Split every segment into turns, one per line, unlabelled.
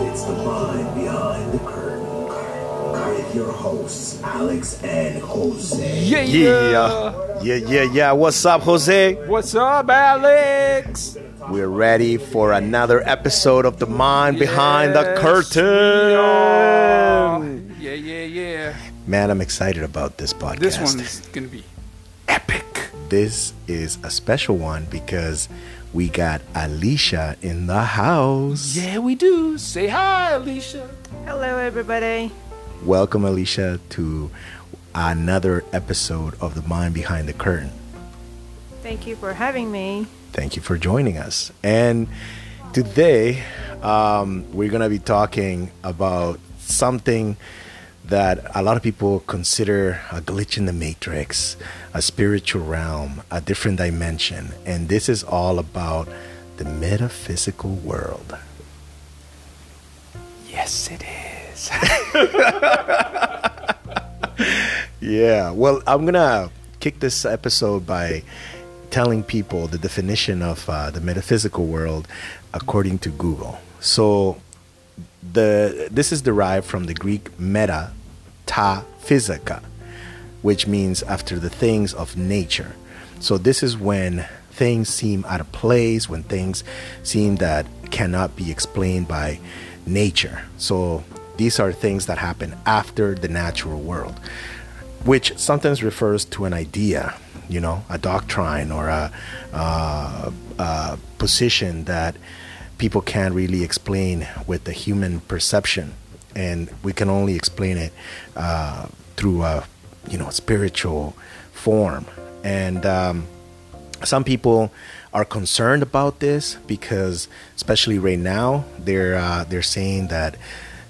It's the mind behind the curtain. With your hosts, Alex and Jose.
Yeah.
Yeah, yeah, yeah, yeah. What's up, Jose?
What's up, Alex?
We're ready for another episode of The Mind Behind the
Yes,
Curtain.
Yeah, yeah, yeah.
Man, I'm excited about this podcast.
This one's gonna be epic.
This is a special one because we got Alicia in the house.
Yeah, we do. Say hi, Alicia.
Hello, everybody.
Welcome, Alicia, to another episode of The Mind Behind the Curtain.
Thank you for having me.
Thank you for joining us. And today, um, we're going to be talking about something that a lot of people consider a glitch in the matrix, a spiritual realm, a different dimension. And this is all about the metaphysical world.
Yes, it is.
Yeah. Well, I'm going to kick this episode by telling people the definition of uh, the metaphysical world according to Google. So, the this is derived from the Greek meta ta physica, which means after the things of nature. So this is when things seem out of place, when things seem that cannot be explained by nature. So these are things that happen after the natural world, which sometimes refers to an idea, you know, a doctrine or a, uh, a position that people can't really explain with the human perception, and we can only explain it uh, through a you know spiritual form. And um, some people are concerned about this because, especially right now, they're uh, they're saying that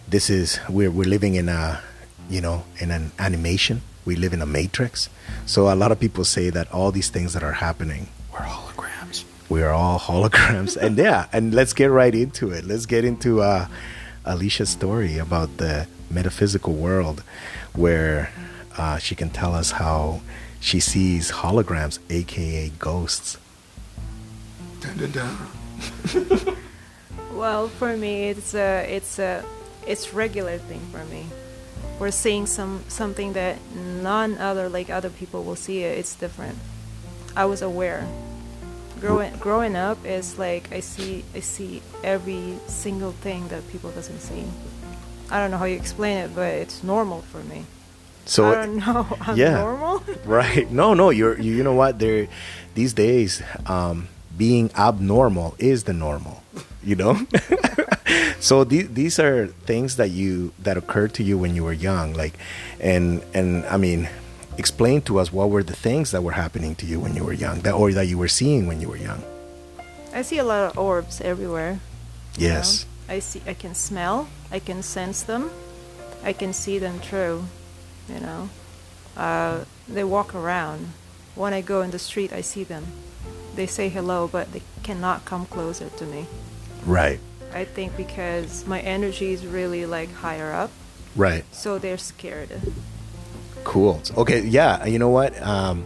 this is we're we're living in a you know in an animation. We live in a matrix. So a lot of people say that all these things that are happening
We're holograms.
we are all holograms and yeah and let's get right into it let's get into uh, alicia's story about the metaphysical world where uh, she can tell us how she sees holograms aka ghosts
Dun, dun, dun.
Well, for me, it's a, it's a, it's regular thing for me. We're seeing some something that none other like other people will see it. It's different. I was aware. Growing growing up is like I see I see every single thing that people doesn't see. I don't know how you explain it, but it's normal for me. I
so
don't know. I'm
yeah.
normal.
right no no you're you, you know what there these days um being abnormal is the normal you know so the, these are things that you that occurred to you when you were young like and and i mean explain to us what were the things that were happening to you when you were young that or that you were seeing when you were young
I see a lot of orbs everywhere. you know.
yes
I see. I can smell. I can sense them. I can see them through. You know, uh, they walk around. When I go in the street, I see them. They say hello, but they cannot come closer to me.
right
I think because my energy is really like higher up,
right
so they're scared.
Cool. Okay, yeah, you know what? Um,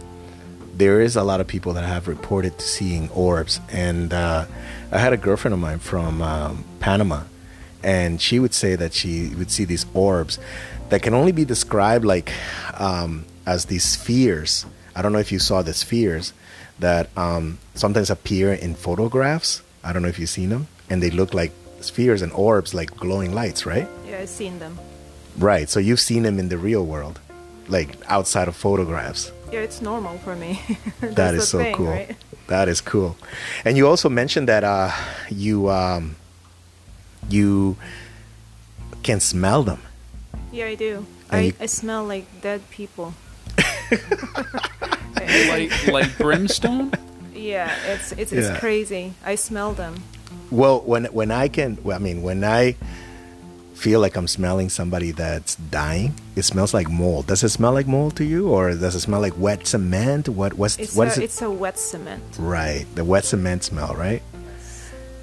there is a lot of people that have reported to seeing orbs, and uh, I had a girlfriend of mine from um, Panama, and she would say that she would see these orbs that can only be described like um, as these spheres. I don't know if you saw the spheres that um, sometimes appear in photographs. I don't know if you've seen them, and they look like spheres and orbs, like glowing lights, right?
Yeah, I've seen them.
Right. So you've seen them in the real world, like outside of photographs.
Yeah, it's normal for me. That's
That is
the
so
thing,
cool.
right?
That is cool. And you also mentioned that uh, you um, you can smell them.
Yeah, I do.
And
I,
you-
I smell like dead people.
Like, like brimstone.
Yeah, it's it's,
Yeah.
it's crazy. I smell them.
Well, when when I can, well, I mean, when I feel like I'm smelling somebody that's dying, it smells like mold. Does it smell like mold to you, or does it smell like wet cement? What what's
It's
what
a,
is it?
it's a wet cement.
Right, the wet cement smell, right?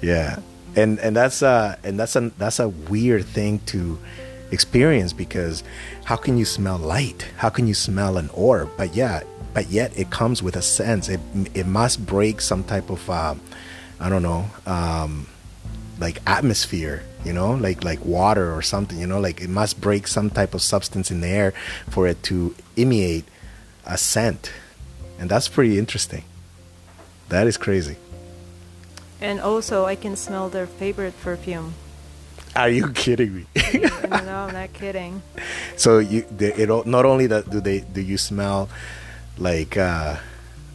Yeah, and and that's uh and that's a that's a weird thing to experience because how can you smell light? How can you smell an orb? But yeah, but yet it comes with a sense. It it must break some type of um, I don't know um, like atmosphere you know like like water or something you know like it must break some type of substance in the air for it to imitate a scent and that's pretty interesting that is crazy
And also, I can smell their favorite perfume.
are you kidding me
no, no, I'm not kidding.
so you they, it al- not only that do they do you smell like uh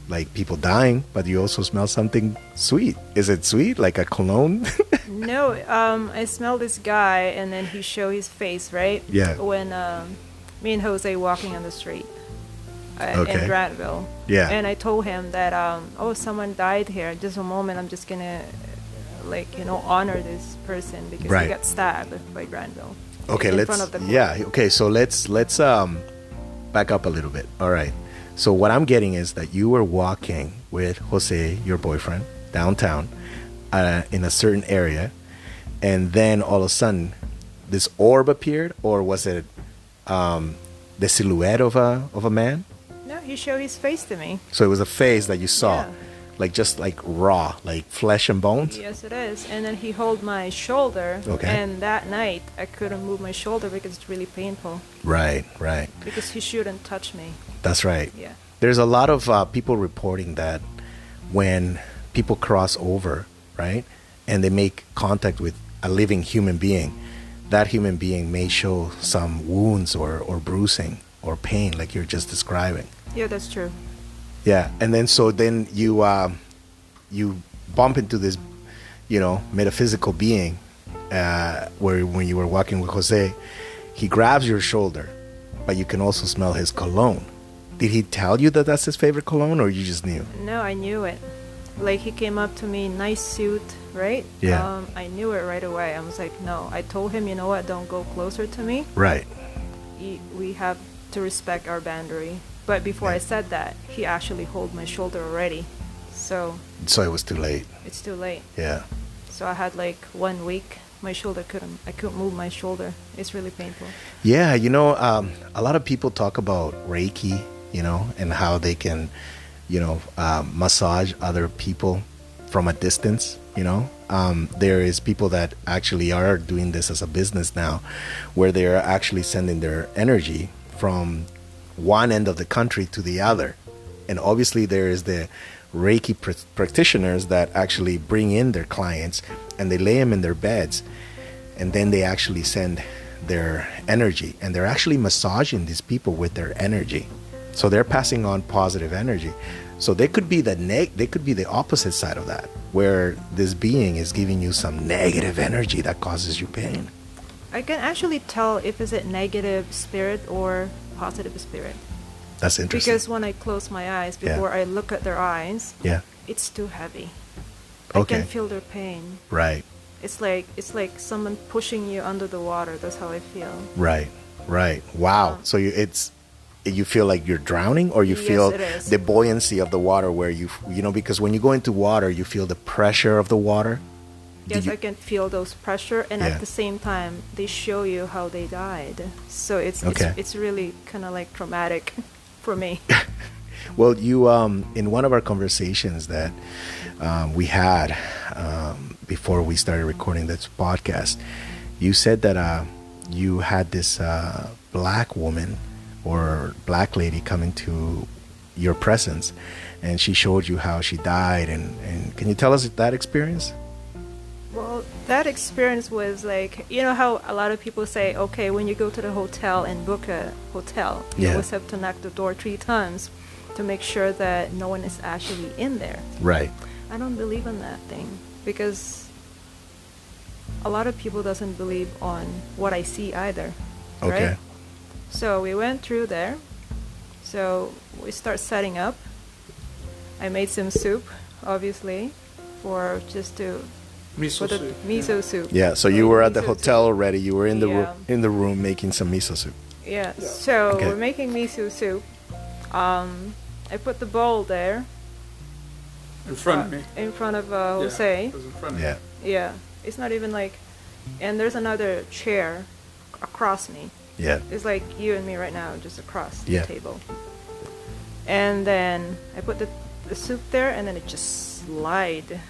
like people dying but you also smell something sweet is it sweet like a cologne
No, um, I smell this guy, and then he show his face, right?
Yeah.
When um, me and Jose walking on the street uh,
Okay.
in Bradville.
Yeah.
And I told him that, um, oh, someone died here. Just a moment, I'm just gonna, uh, like, you know, honor this person because
Right.
he got stabbed by Granville.
okay
in
let's
Front of the court.
yeah okay so let's let's um back up a little bit all right so what i'm getting is that you were walking with jose your boyfriend downtown uh, in a certain area and then all of a sudden this orb appeared or was it um the silhouette of a of a man
No, he showed his face to me.
so it was a face that you saw
Yeah.
like just like raw like flesh and bones
Yes, it is. And then he hold my shoulder.
Okay.
And that night, I couldn't move my shoulder because it's really painful.
right right
Because he shouldn't touch me.
That's right.
Yeah.
There's a lot of uh, people reporting that when people cross over, right, and they make contact with a living human being, that human being may show some wounds or, or bruising or pain, like you're just describing.
Yeah, that's true.
Yeah, and then so then you um, you bump into this, you know, metaphysical being, uh, where when you were walking with Jose, he grabs your shoulder, but you can also smell his cologne. Did he tell you that that's his favorite cologne, or you just knew?
No, I knew it. Like he came up to me, nice suit, right?
Yeah.
Um, I knew it right away. I was like, no. I told him, you know what? Don't go closer to me.
Right.
Y- We have to respect our boundary. But before I said that, he actually hold my shoulder already. So
So it was too late.
it's too late.
Yeah.
So I had like one week. My shoulder couldn't. I couldn't move my shoulder. It's really painful.
Yeah, you know, um, a lot of people talk about Reiki, you know, and how they can, you know, uh, massage other people from a distance. You know, um, there is people that actually are doing this as a business now, where they are actually sending their energy from one end of the country to the other, and obviously there is the Reiki pr- practitioners that actually bring in their clients and they lay them in their beds and then they actually send their energy and they're actually massaging these people with their energy so they're passing on positive energy so they could be the neg- they could be the opposite side of that where this being is giving you some negative energy that causes you pain
I can actually tell if it's a negative spirit or positive spirit
that's interesting
because when I close my eyes
Yeah.
before I look at their eyes,
yeah
it's too heavy. I
okay
can feel their pain.
right
It's like it's like someone pushing you under the water. That's how I feel.
right right wow
Um,
so you it's you feel like you're drowning or you
Yes,
feel
it is.
the buoyancy of the water where you you know because when you go into water you feel the pressure of the water Did
Yes,
you-
I can feel those pressure, and
Yeah.
at the same time, they show you how they died. So it's
Okay.
it's, it's really kind of like traumatic for me.
Well, you um, in one of our conversations that um, we had um, before we started recording this podcast, you said that uh, you had this uh, black woman or black lady come into your presence, and she showed you how she died. And, and can you tell us that experience?
Well, that experience was like you know how a lot of people say, okay, when you go to the hotel and book a hotel, you
Yeah.
always have to knock the door three times to make sure that no one is actually in there.
Right.
I don't believe in that thing because a lot of people doesn't believe on what I see either.
Okay.
Right? So we went through there. So we start setting up. I made some soup, obviously, for just to for
Miso
the
soup.
miso soup.
Yeah. So
For
you were at the
miso
hotel
soup.
already. You were in the
Yeah.
room in the room making some miso soup.
Yeah. So
Okay.
we're making miso soup. Um, I put the bowl there
In front of
uh,
me.
in front of uh,
Yeah,
Jose.
it was in front of me.
Yeah.
Yeah, it's not even like, and there's another chair ac- across me.
Yeah.
It's like you and me right now, just across
Yeah.
the table. And then I put the, the soup there, and then it just slide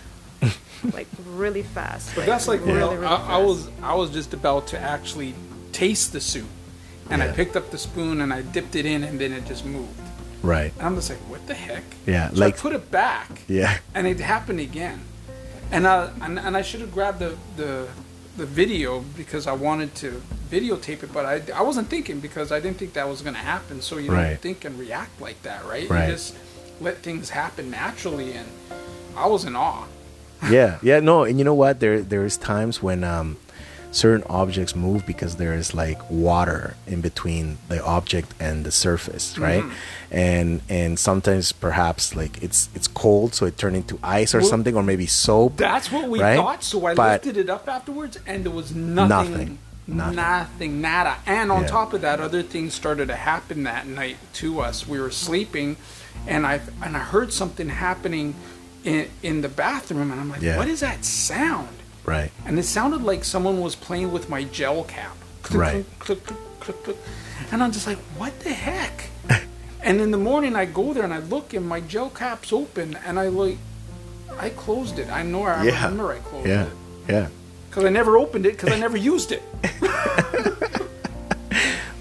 like really fast.
But that's like
really,
real.
really
I, I
fast.
was I was just about to actually taste the soup, and I
Yeah.
picked up the spoon and I dipped it in, and then it just moved.
Right.
And I'm just like, what the heck?
Yeah,
So
like-
I put it back.
Yeah.
And it happened again, and I and, and I should have grabbed the the the video because I wanted to videotape it, but I, I wasn't thinking because I didn't think that was gonna happen. So you
Right.
don't think and react like that, right?
Right.
You just let things happen naturally, and I was in awe.
yeah yeah no and you know what there there's times when um certain objects move because there is like water in between the object and the surface right
Mm-hmm.
and and sometimes perhaps like it's it's cold so it turned into ice or
Well,
something or maybe soap
That's what we
right?
thought. So I
But-
lifted it up afterwards, and there was nothing.
Nothing.
Nothing.
Nothing.
nada. And on
Yeah.
top of that, other things started to happen that night to us. We were sleeping, and I and I heard something happening in in the bathroom, and I'm like,
Yeah.
"What is that sound?"
right
And it sounded like someone was playing with my gel cap. Click,
Right.
Click, click, click, click, click. And I'm just like, "What the heck?" and in the morning, I go there and I look, and my gel cap's open, and I like, I closed it. I know. I
yeah
remember I closed
yeah
it.
yeah
Because I never opened it because I never used it.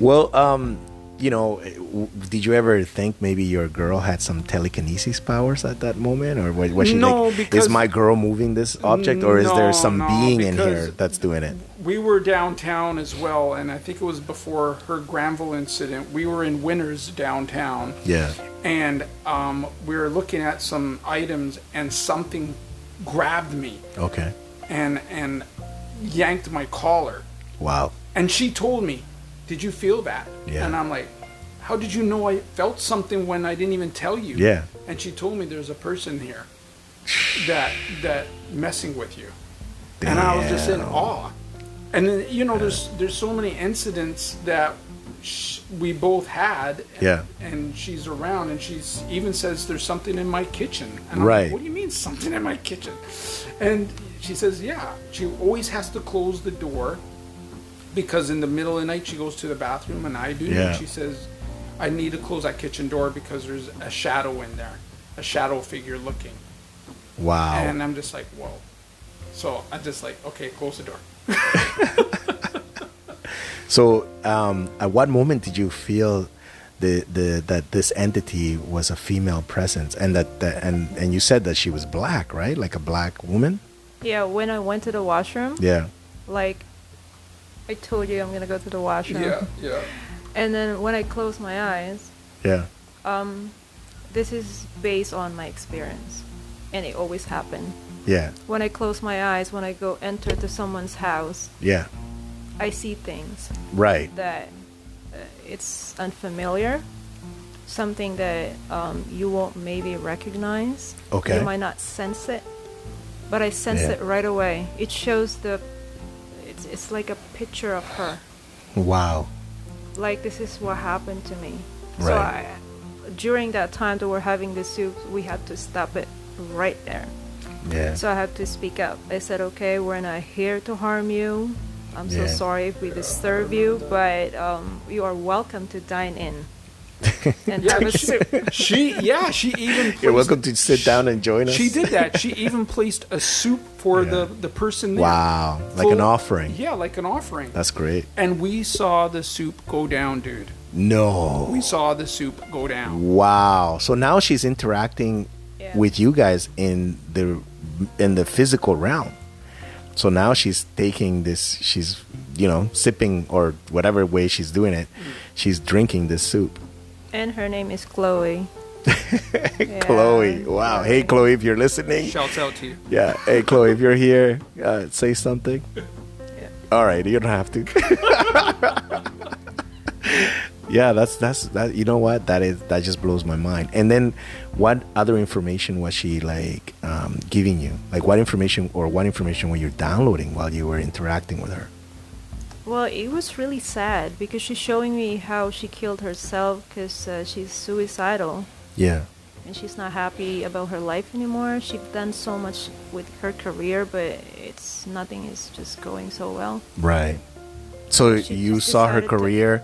well um you know w- did you ever think maybe your girl had some telekinesis powers at that moment or what was she
No,
like
because-
is my girl moving this object or is there
No,
some
no,
being in here
because-
that's doing it
We were downtown as well, and I think it was before her Granville incident. We were in Winners downtown,
yeah
and um, we were looking at some items, and something grabbed me
okay
and and yanked my collar.
Wow.
And she told me, "Did you feel that?"
Yeah.
And I'm like, "How did you know I felt something when I didn't even tell you?"
Yeah.
And she told me, "There's a person here that that messing with you." and I was just in
Damn.
awe. And then, you know, there's there's so many incidents that sh- we both had. And,
Yeah.
And she's around, and she's even says there's something in my kitchen. And I'm
Right.
Like, what do you mean something in my kitchen? And she says, yeah. She always has to close the door because in the middle of the night she goes to the bathroom, and I do.
Yeah.
And she says, I need to close that kitchen door because there's a shadow in there, a shadow figure looking.
Wow.
And I'm just like, whoa. So I just like, okay, close the door.
so, um, at what moment did you feel the, the that this entity was a female presence, and that, that and and you said that she was black, right? Like a black woman.
Yeah, when I went to the washroom,
Yeah.
like I told you, I'm gonna go to the washroom.
yeah.
And then when I close my eyes, um,
Yeah.
this is based on my experience, and it always happened.
Yeah.
When I close my eyes, when I go enter to someone's house,
Yeah.
I see things
Right.
that uh, it's unfamiliar, something that um, you won't maybe recognize.
Okay.
You might not sense it, but I sense
Yeah.
it right away. It shows the. It's, it's like a picture of her.
Wow.
like this is what happened to me. So
Right.
I, during that time that we're having the soup, we had to stop it right there.
Yeah.
So I had to speak up. I said, "Okay, we're not here to harm you. I'm so
Yeah.
sorry if we disturb you, but um, you are welcome to dine in and
Yeah,
have
but
a
she,
soup."
she- yeah, she even placed,
You're welcome to sit down and join us.
She did that. She even placed a soup for
Yeah.
the the person there.
Wow. Like an
Full-
offering.
Yeah, like an offering.
That's great.
and we saw the soup go down, dude.
No.
We saw the soup go down.
Wow. So now she's interacting
Yeah.
with you guys in the in the physical realm. So now she's taking this she's you know sipping or whatever way she's doing it.
Mm.
She's drinking this soup.
and her name is Chloe. Yeah.
Chloe. Wow. Hey Chloe, if you're listening.
Shouts out to you.
Yeah. Hey Chloe, if you're here, uh, say something.
Yeah.
All right, you don't have to. yeah, that's that's that. You know what? That is that just blows my mind. And then, what other information was she like um, giving you? Like what information or what information were you downloading while you were interacting with her?
Well, it was really sad because she's showing me how she killed herself because uh, she's suicidal.
Yeah,
and she's not happy about her life anymore. She's done so much with her career, but it's nothing is just going so well.
right. So
She
you
just
saw her
decided to-
career,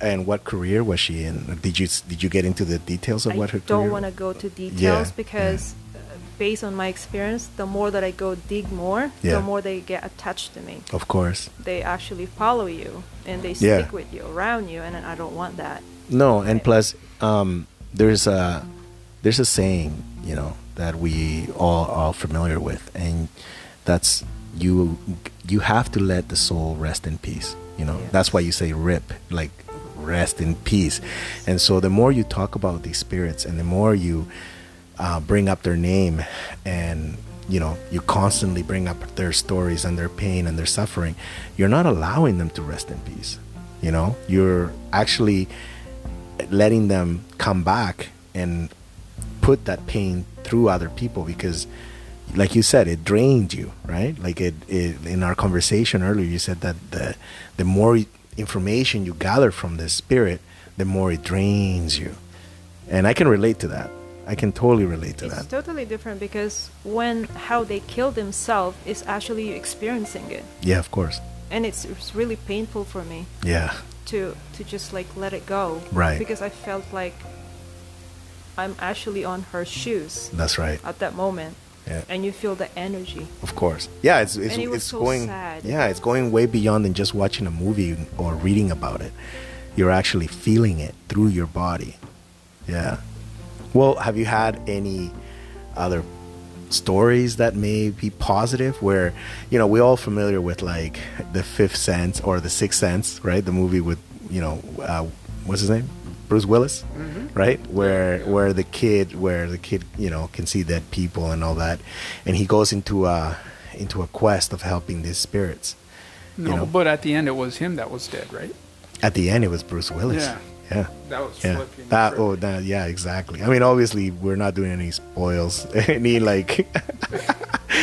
and what career was she in? Did you did you get into the details of
I
what her
don't
career?
want to go to details
yeah.
because uh, based on my experience, the more that I go dig more,
Yeah.
the more they get attached to me.
Of course.
They actually follow you and they
Yeah.
stick with you around you, and I don't want that.
No, and plus, um, there's a there's a saying, you know, that we all are familiar with, and that's you you have to let the soul rest in peace. You know,
Yeah.
that's why you say rip, like rest in peace. And so, the more you talk about these spirits, and the more you uh, bring up their name, and you know, you constantly bring up their stories and their pain and their suffering, you're not allowing them to rest in peace. You know, you're actually letting them come back and put that pain through other people because like you said it drained you right like it, it in our conversation earlier you said that the the more information you gather from the spirit the more it drains you and i can relate to that i can totally relate to
It's
that
totally different because when how they kill themselves is actually experiencing it,
yeah of course
and it's, it's really painful for me.
yeah
to to just like let it go
Right.
because i felt like i'm actually on her shoes
that's right
at that moment
Yeah.
and you feel the energy
of course yeah it's it's,
And it was
it's
so
going
sad.
yeah it's going way beyond than just watching a movie or reading about it you're actually feeling it through your body yeah well have you had any other stories that may be positive where you know we're all familiar with like the fifth sense or the sixth sense right the movie with you know uh, what's his name bruce willis right where where the kid where the kid you know can see dead people and all that and he goes into a into a quest of helping these spirits
No,
know.
but at the end, it was him that was dead, right?
at the end it was bruce willis
Yeah.
yeah
That was
yeah,
flipping.
that, oh, that, yeah, exactly. I mean, obviously, we're not doing any spoils, any like,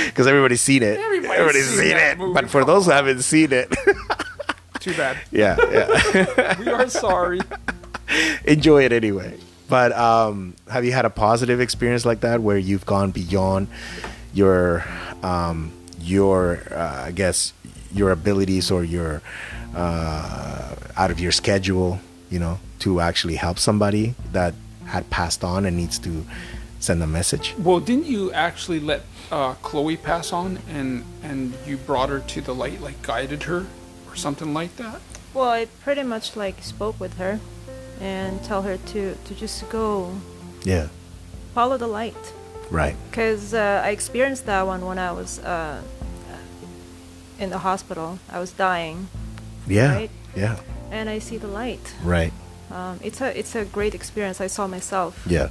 because everybody's seen it.
Everybody's seen that
it.
movie,
But for
come
those who haven't seen it,
Too bad.
yeah, yeah,
We are sorry.
enjoy it anyway. But um, have you had a positive experience like that where you've gone beyond your, um, your, uh, I guess, your abilities or your, uh, out of your schedule, you know, to actually help somebody that had passed on and needs to send a message?
Well, didn't you actually let uh, Chloe pass on, and and you brought her to the light, like guided her, or something like that?
well i pretty much like spoke with her and tell her to to just go
Yeah.
follow the light
Right.
because uh, i experienced that one when i was uh, in the hospital i was dying
Yeah.
Right?
Yeah.
and i see the light
Right.
um, it's a it's a great experience i saw myself
Yeah.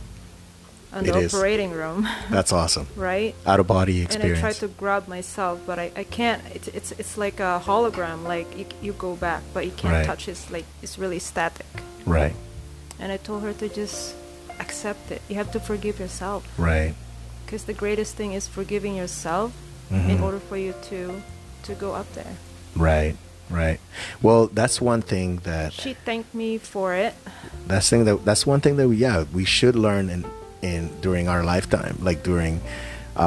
on
It
the
is.
operating room
That's awesome.
right
Out of body
and
experience.
I try to grab myself, but I, I can't. It's, it's it's like a hologram. Like you, you go back, but you can't
Right.
touch. It's like it's really static.
right.
And I told her to just accept it. You have to forgive yourself,
Right.
because the greatest thing is forgiving yourself in
Mm-hmm.
order for you to to go up there.
Right. Right. Well, that's one thing that
She thanked me for it.
that's thing that that's one thing that we yeah we should learn in in during our lifetime like during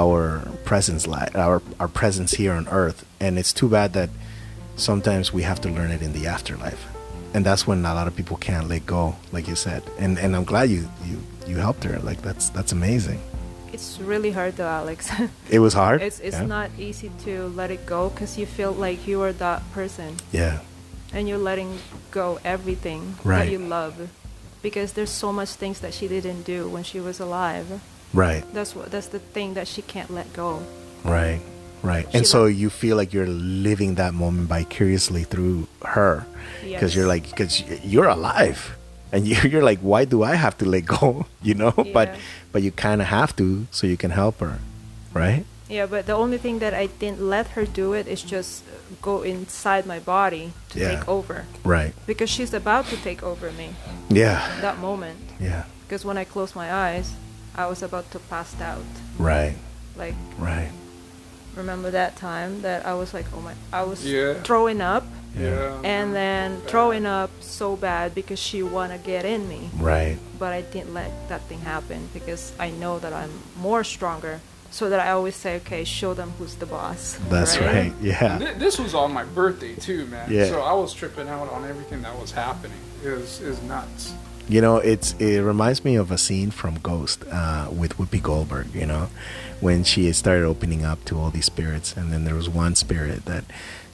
our presence li- our our presence here on earth and it's too bad that sometimes we have to learn it in the afterlife and that's when a lot of people can't let go like you said and and i'm glad you you you helped her like that's that's amazing
It's really hard though, Alex.
it was hard
it's it's
yeah?
not easy to let it go because you feel like you are that person.
yeah
and you're letting go everything
Right.
that you love because there's so much things that she didn't do when she was alive
right
that's what that's the thing that she can't let go
Right, right.
She
and so
like-
you feel like you're living that moment vicariously through her, because
Yes.
you're like, because you're alive, and you- you're like, why do I have to let go? You know, but
Yeah.
but you kind of have to, so you can help her, right?
yeah but the only thing that i didn't let her do it is just go inside my body to
Yeah.
take over
Right.
because she's about to take over me
Yeah.
that moment
Yeah.
because when i closed my eyes i was about to pass out
Right.
like
Right.
remember that time that i was like oh my i was
Yeah.
throwing up
Yeah.
and then throwing up so bad because she wanna get in me
Right.
but I didn't let that thing happen because I know that I'm more stronger. So that I always say, okay, show them who's the boss.
That's right.
Right.
Yeah.
Th- this was on my birthday too, man.
Yeah.
So I was tripping out on everything that was happening. It was, it was nuts.
You know, it's it reminds me of a scene from Ghost uh, with Whoopi Goldberg. You know, when she started opening up to all these spirits, and then there was one spirit that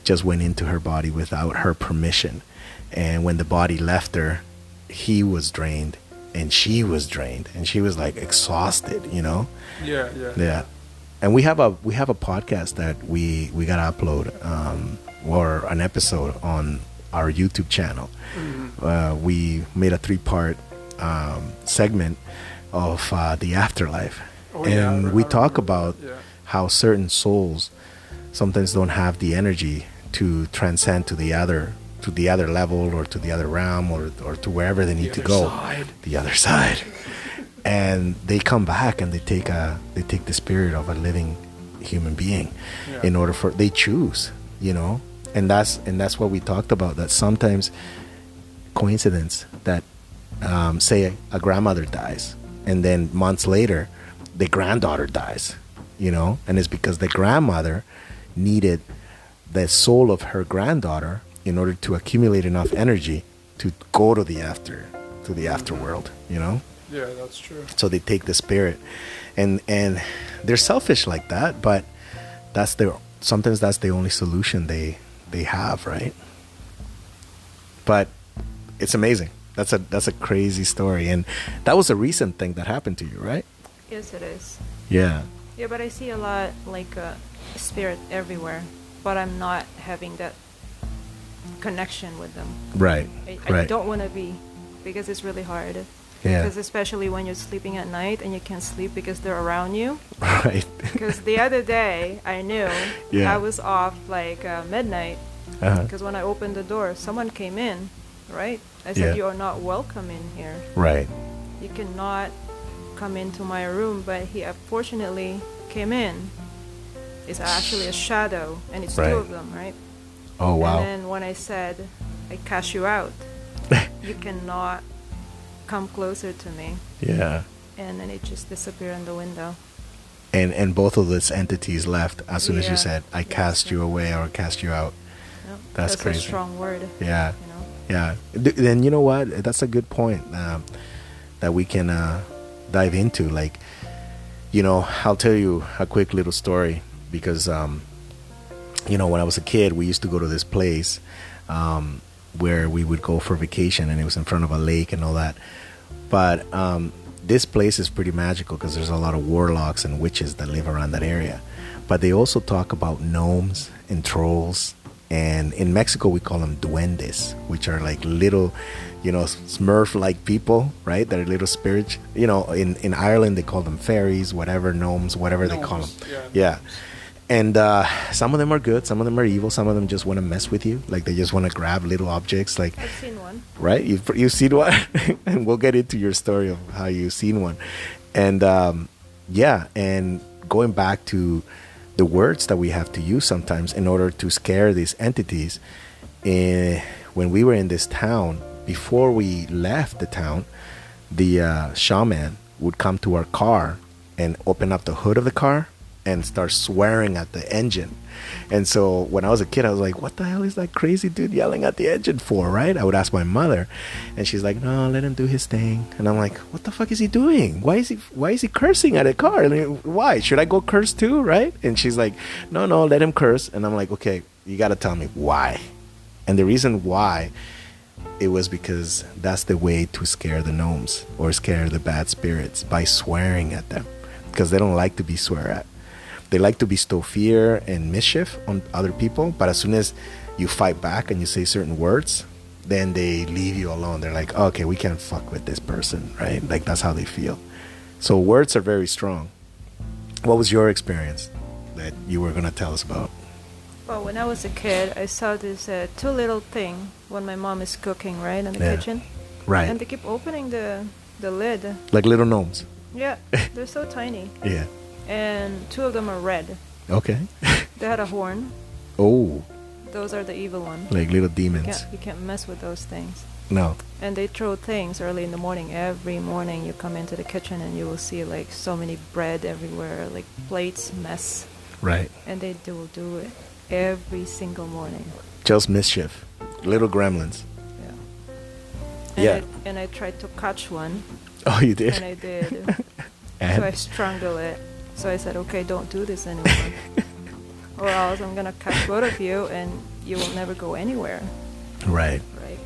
just went into her body without her permission, and when the body left her, he was drained and she was drained, and she was like exhausted. You know,
Yeah, yeah.
yeah. And we have a we have a podcast that we we gotta upload um, or an episode on our YouTube channel.
Mm-hmm.
Uh, we made a three part um, segment of uh, the afterlife,
Oh, yeah, I
and
re-
we
I
talk
remember
about
that, yeah.
how certain souls sometimes don't have the energy to transcend to the other to the other level or to the other realm or, or to wherever they need to
other
go
side.
the other side and they come back and they take a they take the spirit of a living human being
Yeah.
in order for they choose you know and that's and that's what we talked about that sometimes coincidence that um, say a grandmother dies and then months later the granddaughter dies you know and it's because the grandmother needed the soul of her granddaughter in order to accumulate enough energy to go to the after to the afterworld you know
Yeah, that's true.
so they take the spirit and and they're selfish like that but that's their sometimes that's the only solution they they have right but it's amazing that's a that's a crazy story and that was a recent thing that happened to you right
Yes, it is.
yeah
Yeah, but I see a lot like uh, spirit everywhere, but I'm not having that connection with them.
right
I, I
right
don't want to be because it's really hard.
Yeah.
Because especially when you're sleeping at night and you can't sleep because they're around you.
right
Because the other day I knew
Yeah.
I was off like uh, midnight
uh-huh.
because when I opened the door, someone came in, right? I said,
Yeah.
"You are not welcome in here.
right
You cannot come into my room." But he unfortunately came in. It's actually a shadow, and it's
Right.
two of them, right?
oh
And
wow
then when I said, "I cash you out," you cannot come closer to me,
yeah
and then it just disappeared in the window.
and and both of those entities left as soon as you
Yeah.
said i
Yeah,
cast
yeah.
you away or cast you out
No,
That's
a
crazy.
strong word.
yeah
You know.
Yeah. Th- Then you know what? That's a good point um, that we can uh, dive into. Like, you know, I'll tell you a quick little story because, um, you know, when I was a kid, we used to go to this place um, where we would go for vacation and it was in front of a lake and all that. But um, this place is pretty magical because there's a lot of warlocks and witches that live around that area. But they also talk about gnomes and trolls. And in Mexico, we call them duendes, which are like little, you know, smurf like people, right? They're little spirits. You know, in, in Ireland, they call them fairies, whatever, gnomes, whatever they call them.
Gnomes,
Yeah.
yeah.
And uh, some of them are good, some of them are evil, some of them just want to mess with you. Like they just want to grab little objects. Like,
I've seen one.
right? You've, you've seen one, and we'll get into your story of how you've seen one. And um, yeah, and going back to the words that we have to use sometimes in order to scare these entities. eh, when we were in this town, before we left the town, the uh, shaman would come to our car and open up the hood of the car and start swearing at the engine. And so when I was a kid, I was like, what the hell is that crazy dude yelling at the engine for, right? I would ask my mother, and she's like, no, let him do his thing. And I'm like, what the fuck is he doing? Why is he why is he cursing at a car? I mean, why? Should I go curse too, right? And she's like, no, no, let him curse. And I'm like, okay, you got to tell me why. And the reason why it was because that's the way to scare the gnomes or scare the bad spirits by swearing at them because they don't like to be swear at they like to bestow fear and mischief on other people but as soon as you fight back and you say certain words then they leave you alone they're like okay we can't fuck with this person right like that's how they feel so words are very strong what was your experience that you were going to tell us about
Well, when I was a kid, I saw this uh, two little thing when my mom is cooking, right, in the
Yeah.
kitchen, and they
right
keep opening the the lid.
like little gnomes
Yeah, they're so tiny,
yeah
and two of them are red.
okay
They had a horn.
oh
Those are the evil ones.
like little
You
demons
can't, you can't mess with those things.
No.
And they throw things early in the morning. Every morning, you come into the kitchen and you will see like so many bread everywhere, like plates, mess,
Right.
and they do will do it every single morning.
Just mischief. Little gremlins.
Yeah. And
Yeah.
I, and I tried to catch one,
Oh, you did.
and I did. So I
And?
strangled it. So I said, okay, don't do this anymore. or else I'm going to catch both of you and you will never go anywhere,
right.
right?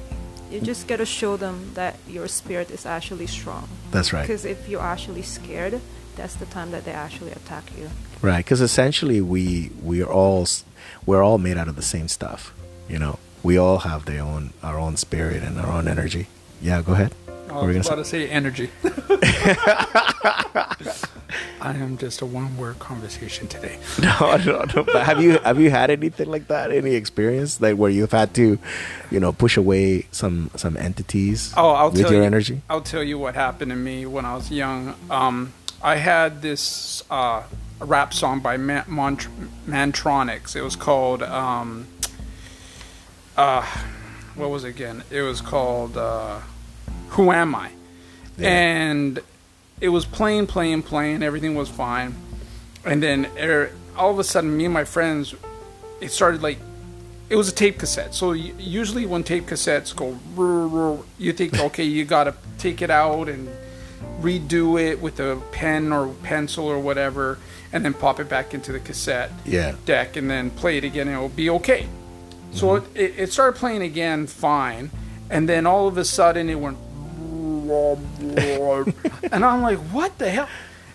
You just got to show them that your spirit is actually strong.
That's right.
Because if you're actually scared, that's the time that they actually attack you.
Right, because essentially we we are all s- we're all made out of the same stuff. You know, we all have their own our own spirit and our own energy. Yeah, go ahead.
I
What were
was
you
about
gonna
to say energy. I am just a one-word conversation today.
say? No, no, no. But have you have you had anything like that? Any experience like where you've had to, you know, push away some some entities?
Oh, I'll
with
tell
your
you,
energy.
I'll tell you what happened to me when I was young. Um, I had this uh, rap song by Ma- Mont- Mantronics. It was called. Um, uh, what was it again? It was called uh, "Who Am I,"
Yeah.
and it was playing, playing, playing. Everything was fine, and then er, all of a sudden, me and my friends, it started like it was a tape cassette. So y- usually when tape cassettes go, "Rrr, rrr," you think, okay, you gotta take it out and redo it with a pen or pencil or whatever, and then pop it back into the cassette
Yeah.
deck, and then play it again, and it'll be okay. So it, it, it started playing again, fine, and then all of a sudden it went, and I'm like, what the hell?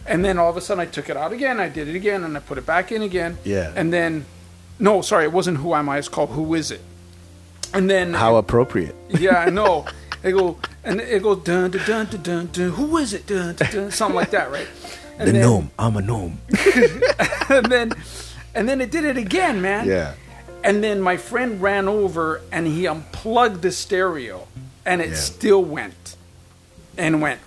And then all of a sudden I took it out again, I did it again, and I put it back in again.
Yeah.
And then, no, sorry, it wasn't who am I? It's called who is it? And then
How appropriate.
yeah, I know. They go and it goes dun dun dun dun dun. dun who is it? Dun, dun, dun something like that, right? And
the
then,
gnome. I'm a gnome.
And then, and then it did it again, man.
yeah.
And then my friend ran over and he unplugged the stereo, and it
Yeah.
still went, and went.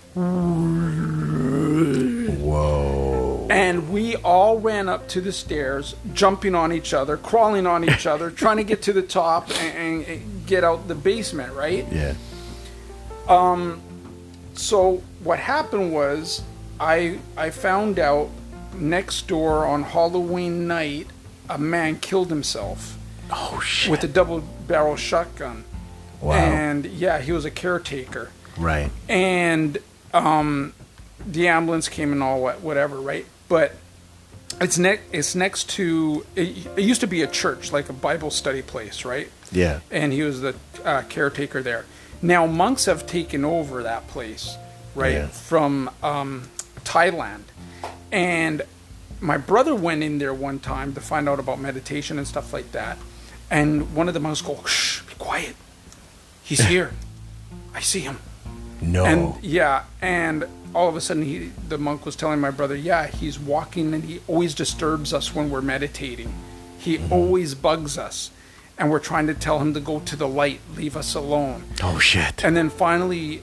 Whoa.
And we all ran up to the stairs, jumping on each other, crawling on each other, trying to get to the top and, and get out the basement, right?
Yeah.
so what happened was I I found out next door on Halloween night a man killed himself
Oh shit.
with a double barrel shotgun.
Wow.
And yeah, he was a caretaker.
right.
And um the ambulance came and all what whatever, right? But it's next it's next to it, it used to be a church, like a Bible study place, right?
Yeah.
and he was the uh, caretaker there. Now monks have taken over that place, right,
Yeah.
from um, Thailand, and my brother went in there one time to find out about meditation and stuff like that, and one of the monks go, "Shh, be quiet, he's here, I see him."
No.
And yeah, and all of a sudden, he, the monk was telling my brother, yeah, he's walking and he always disturbs us when we're meditating. He always bugs us. And we're trying to tell him to go to the light, leave us alone.
oh shit.
And then finally,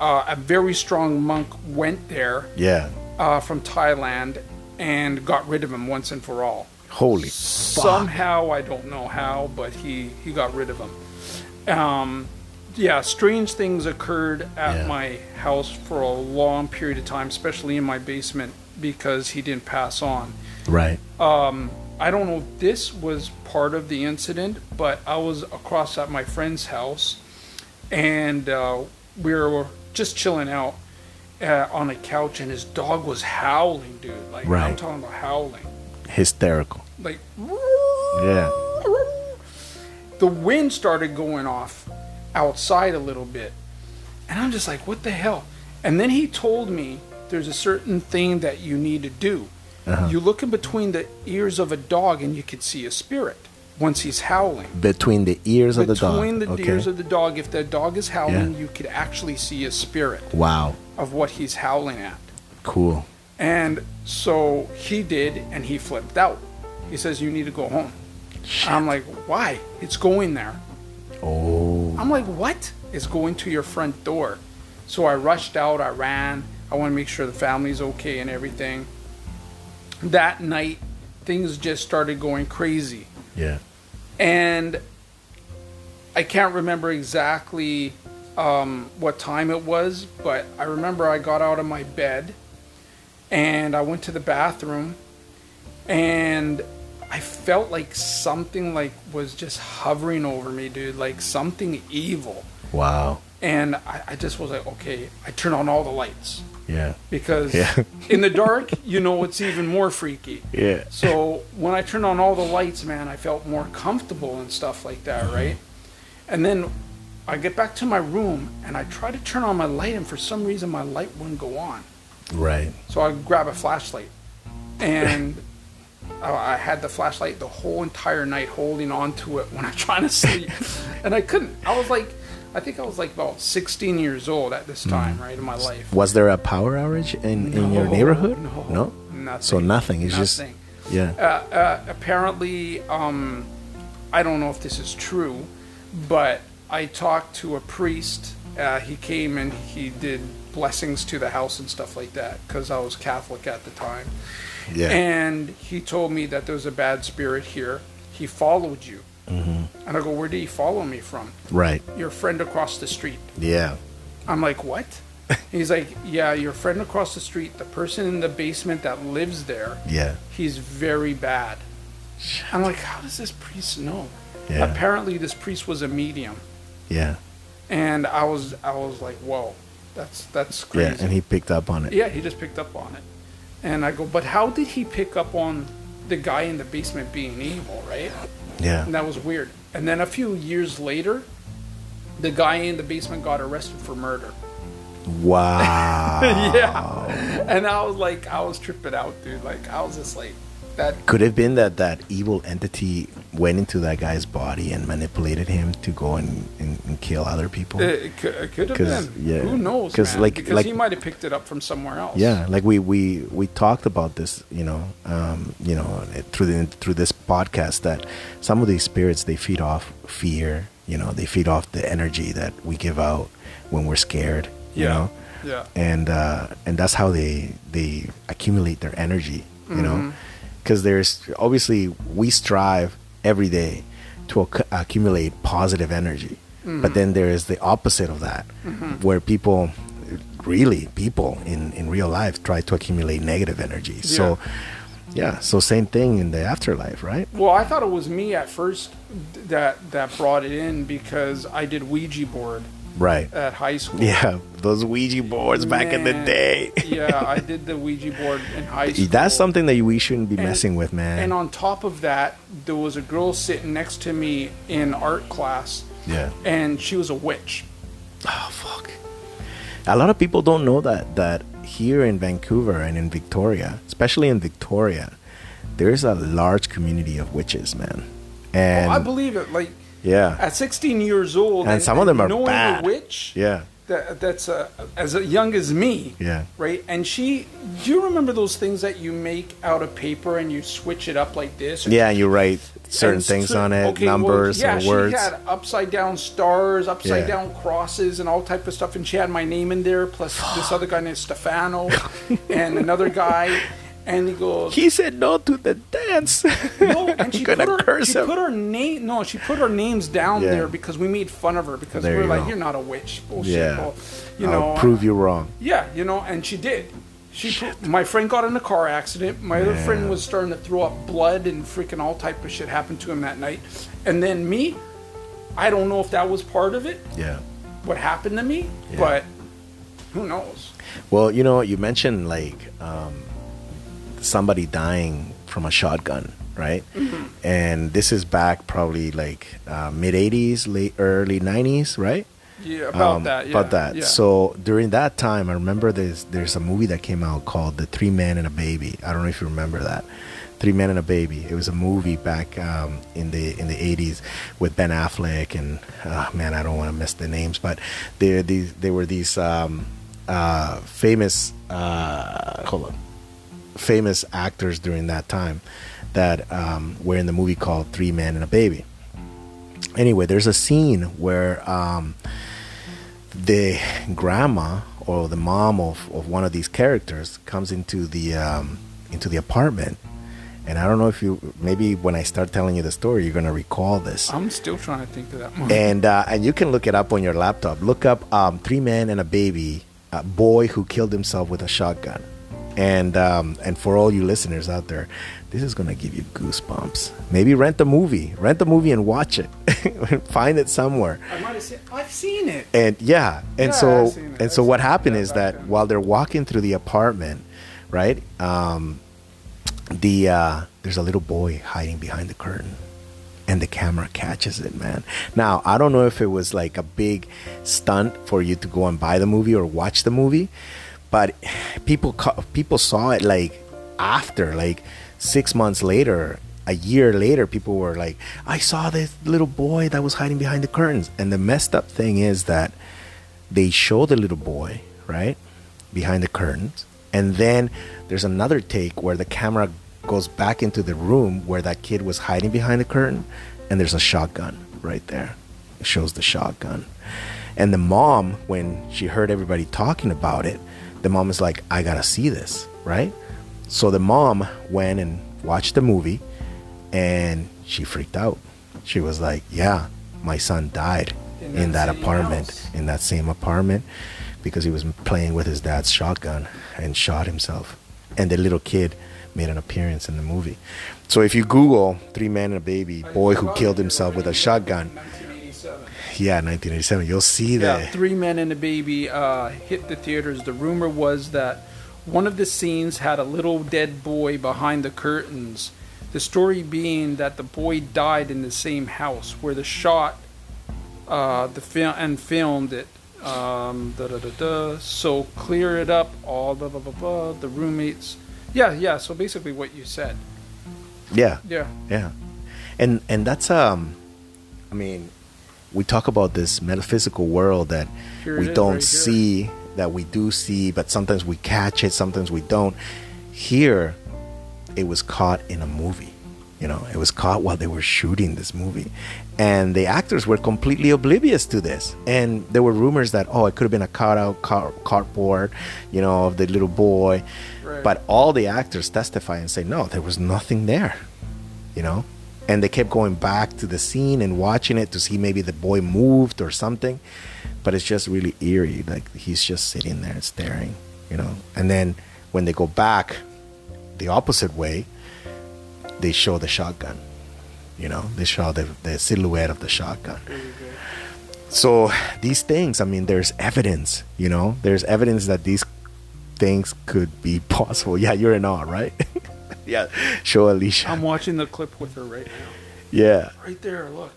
uh, a very strong monk went there
yeah.
uh, from Thailand and got rid of him once and for all
Holy.
somehow I don't know how, but he he got rid of him. Um, yeah, strange things occurred at
Yeah.
my house for a long period of time, especially in my basement because he didn't pass on.
Right.
I don't know if this was part of the incident, but I was across at my friend's house and uh, we were just chilling out uh, on a couch and his dog was howling, dude. Like I'm
Right.
talking about howling.
Hysterical.
Like
Yeah.
the wind started going off outside a little bit. And I'm just like, what the hell? And then he told me there's a certain thing that you need to do.
Uh-huh.
You look in between the ears of a dog and you can see a spirit once he's howling.
Between the ears of the dog.
between the
okay.
ears of the dog, if the dog is howling,
Yeah.
you could actually see a spirit
Wow.
of what he's howling at.
Cool.
And so he did, and he flipped out. He says, You need to go home. I'm like, Why? It's going there.
Oh.
I'm like, what is going to your front door? So I rushed out, I ran. I want to make sure the family's okay and everything. That night, things just started going crazy.
Yeah.
And I can't remember exactly um, what time it was, but I remember I got out of my bed and I went to the bathroom and I felt like something like was just hovering over me, dude, like something evil
Wow.
and I, I just was like, okay, I turn on all the lights
Yeah.
because
Yeah.
in the dark, you know, it's even more freaky.
Yeah.
So when I turned on all the lights, man, I felt more comfortable and stuff like that,
Mm-hmm.
right? And then I get back to my room and I try to turn on my light, and for some reason, my light wouldn't go on.
Right.
So I grab a flashlight, and I I had the flashlight the whole entire night, holding on to it when I'm trying to sleep, and I couldn't. I was like, I think I was like about 16 years old at this time,
Mm-hmm.
right in my life.
Was there a power outage in, in your
No,
neighborhood?
no, nothing,
So nothing. It's
nothing.
just. Yeah.
Uh, uh, apparently, um, I don't know if this is true, but I talked to a priest. Uh, he came and he did blessings to the house and stuff like that because I was Catholic at the time.
yeah.
And he told me that there was a bad spirit here. He followed you.
Mm-hmm.
And I go, Where did he follow me from?
right.
Your friend across the street.
Yeah.
I'm like, What? He's like, Yeah, your friend across the street, the person in the basement that lives there,
Yeah.
he's very bad. I'm like, How does this priest know?
Yeah.
Apparently, this priest was a medium.
Yeah.
And I was, I was like, Whoa, that's, that's crazy.
Yeah. And he picked up on it.
Yeah, he just picked up on it. And I go, but how did he pick up on the guy in the basement being evil, right?
Yeah.
And that was weird. And then a few years later, the guy in the basement got arrested for murder.
Wow.
yeah. And I was like, I was tripping out, dude. Like, I was just like, that.
Could it have been that that evil entity went into that guy's body and manipulated him to go and, and, and kill other people.
It, could, it could have
'Cause,
been.
yeah.
Who knows?
'Cause,
man?
like-
because
like-
he might have picked it up from somewhere else.
Yeah, like we we we talked about this, you know, um, you know, through the through this podcast that some of these spirits they feed off fear, you know, they feed off the energy that we give out when we're scared, you
Yeah.
know,
Yeah.
and uh, and that's how they they accumulate their energy, you know,
Mm-hmm.
because there's obviously we strive every day to acc- accumulate positive energy,
Mm-hmm.
but then there is the opposite of that, where people really people in in real life try to accumulate negative energy. So yeah, so same thing in the afterlife, right?
Well, I thought it was me at first that that brought it in because I did Ouija board
Right.
at high school.
Yeah, those Ouija boards back in the
Man,
day.
yeah, I did the Ouija board in high school.
That's something that you- we shouldn't be
And-
messing with, man.
And on top of that, there was a girl sitting next to me in art class.
Yeah.
And she was a witch.
Oh fuck! A lot of people don't know that that here in Vancouver and in Victoria, especially in Victoria, there's a large community of witches, man. And
Oh, I believe it. Like
yeah,
at 16 years old,
And some of them are
knowing
bad.
a witch.
yeah,
That, that's uh, as young as me.
Yeah.
Right. And she, do you remember those things that you make out of paper and you switch it up like this?
yeah. You write certain
And
things
so-
on it,
okay, well,
numbers
yeah,
and words.
She had upside down stars, upside
Yeah.
down crosses, and all type of stuff. And she had my name in there, plus this other guy named Stefano, and another guy. And he goes,
he said no to the dance.
no,
I'm
and she put,
gonna
her,
curse
she
him.
put her name. No, she put her names down
Yeah.
there because we made fun of her because
There
we were
you
like,
go.
"You're not a witch, bullshit."
yeah,
well, you
I'll
know, uh,
prove you wrong.
yeah, you know, and she did. She, put, my friend got in a car accident. My other friend was starting to throw up blood and freaking all type of shit happened to him that night. And then me, I don't know if that was part of it,
Yeah.
what happened to me,
Yeah.
but who knows?
Well, you know, you mentioned like um, somebody dying from a shotgun, right? And this is back probably like uh, mid '80s, late early '90s, right?
Yeah, about
Um,
that. Yeah,
about that.
yeah.
So during that time, I remember there's there's a movie that came out called The Three Men and a Baby. I don't know if you remember that. Three Men and a Baby. It was a movie back um, in the in the 80s with Ben Affleck and uh, man, I don't want to miss the names, but they these they were these um, uh, famous uh, hold on famous actors during that time that um, were in the movie called Three Men and a Baby. Anyway, there's a scene where um, the grandma or the mom of, of one of these characters comes into the um, into the apartment, and I don't know if you maybe when I start telling you the story, you're gonna recall this.
I'm still trying to think of that movie.
And uh, and you can look it up on your laptop. Look up um, Three Men and a Baby, a boy who killed himself with a shotgun. And um, and for all you listeners out there, this is gonna give you goosebumps. Maybe rent the movie, rent the movie and watch it. Find it somewhere.
I might have seen. I've seen it.
And yeah, and
Yeah,
so
I've seen it.
and so
I've
what
seen
happened
that
is
back
that
then.
while they're walking through the apartment, right? Um, the uh, there's a little boy hiding behind the curtain, and the camera catches it, man. Now I don't know if it was like a big stunt for you to go and buy the movie or watch the movie, but people ca- people saw it like after, like six months later. A year later, people were like, "I saw this little boy that was hiding behind the curtains." And the messed up thing is that they show the little boy right behind the curtains and then there's another take where the camera goes back into the room where that kid was hiding behind the curtain and there's a shotgun right there it shows the shotgun and the mom when she heard everybody talking about it the mom is like i gotta see this right so the mom went and watched the movie and she freaked out she was like yeah my son died
In
in,
that
that
same
apartment
house.
in that same apartment because he was playing with his dad's shotgun and shot himself. And the little kid made an appearance in the movie. So if you Google Three Men and a Baby, Boy Who Killed Himself with a Shotgun,
1987.
yeah, 1987, you'll see
Yeah,
that.
Three Men and a Baby uh, hit the theaters. The rumor was that one of the scenes had a little dead boy behind the curtains. The story being that the boy died in the same house where the shot uh, the film and filmed it. Um, da, da, da, da. So clear it up. All blah blah blah blah. The roommates. Yeah, yeah. So basically, what you said.
Yeah.
Yeah.
yeah and and that's um i mean we talk about this metaphysical world that
Here
we
it is
don't
right here.
see that we do see but sometimes we catch it sometimes we don't here it was caught in a movie you know it was caught while they were shooting this movie and the actors were completely oblivious to this and there were rumors that oh it could have been a cut out car- cardboard you know of the little boy
Right.
but all the actors testify and say no there was nothing there you know and they kept going back to the scene and watching it to see maybe the boy moved or something but it's just really eerie like he's just sitting there staring you know and then when they go back the opposite way they show the shotgun you know they show the, the silhouette of the shotgun so these things i mean there's evidence you know there's evidence that these things could be possible yeah you're in awe right yeah show alicia
I'm watching the clip with her right now.
yeah
Right there. Look.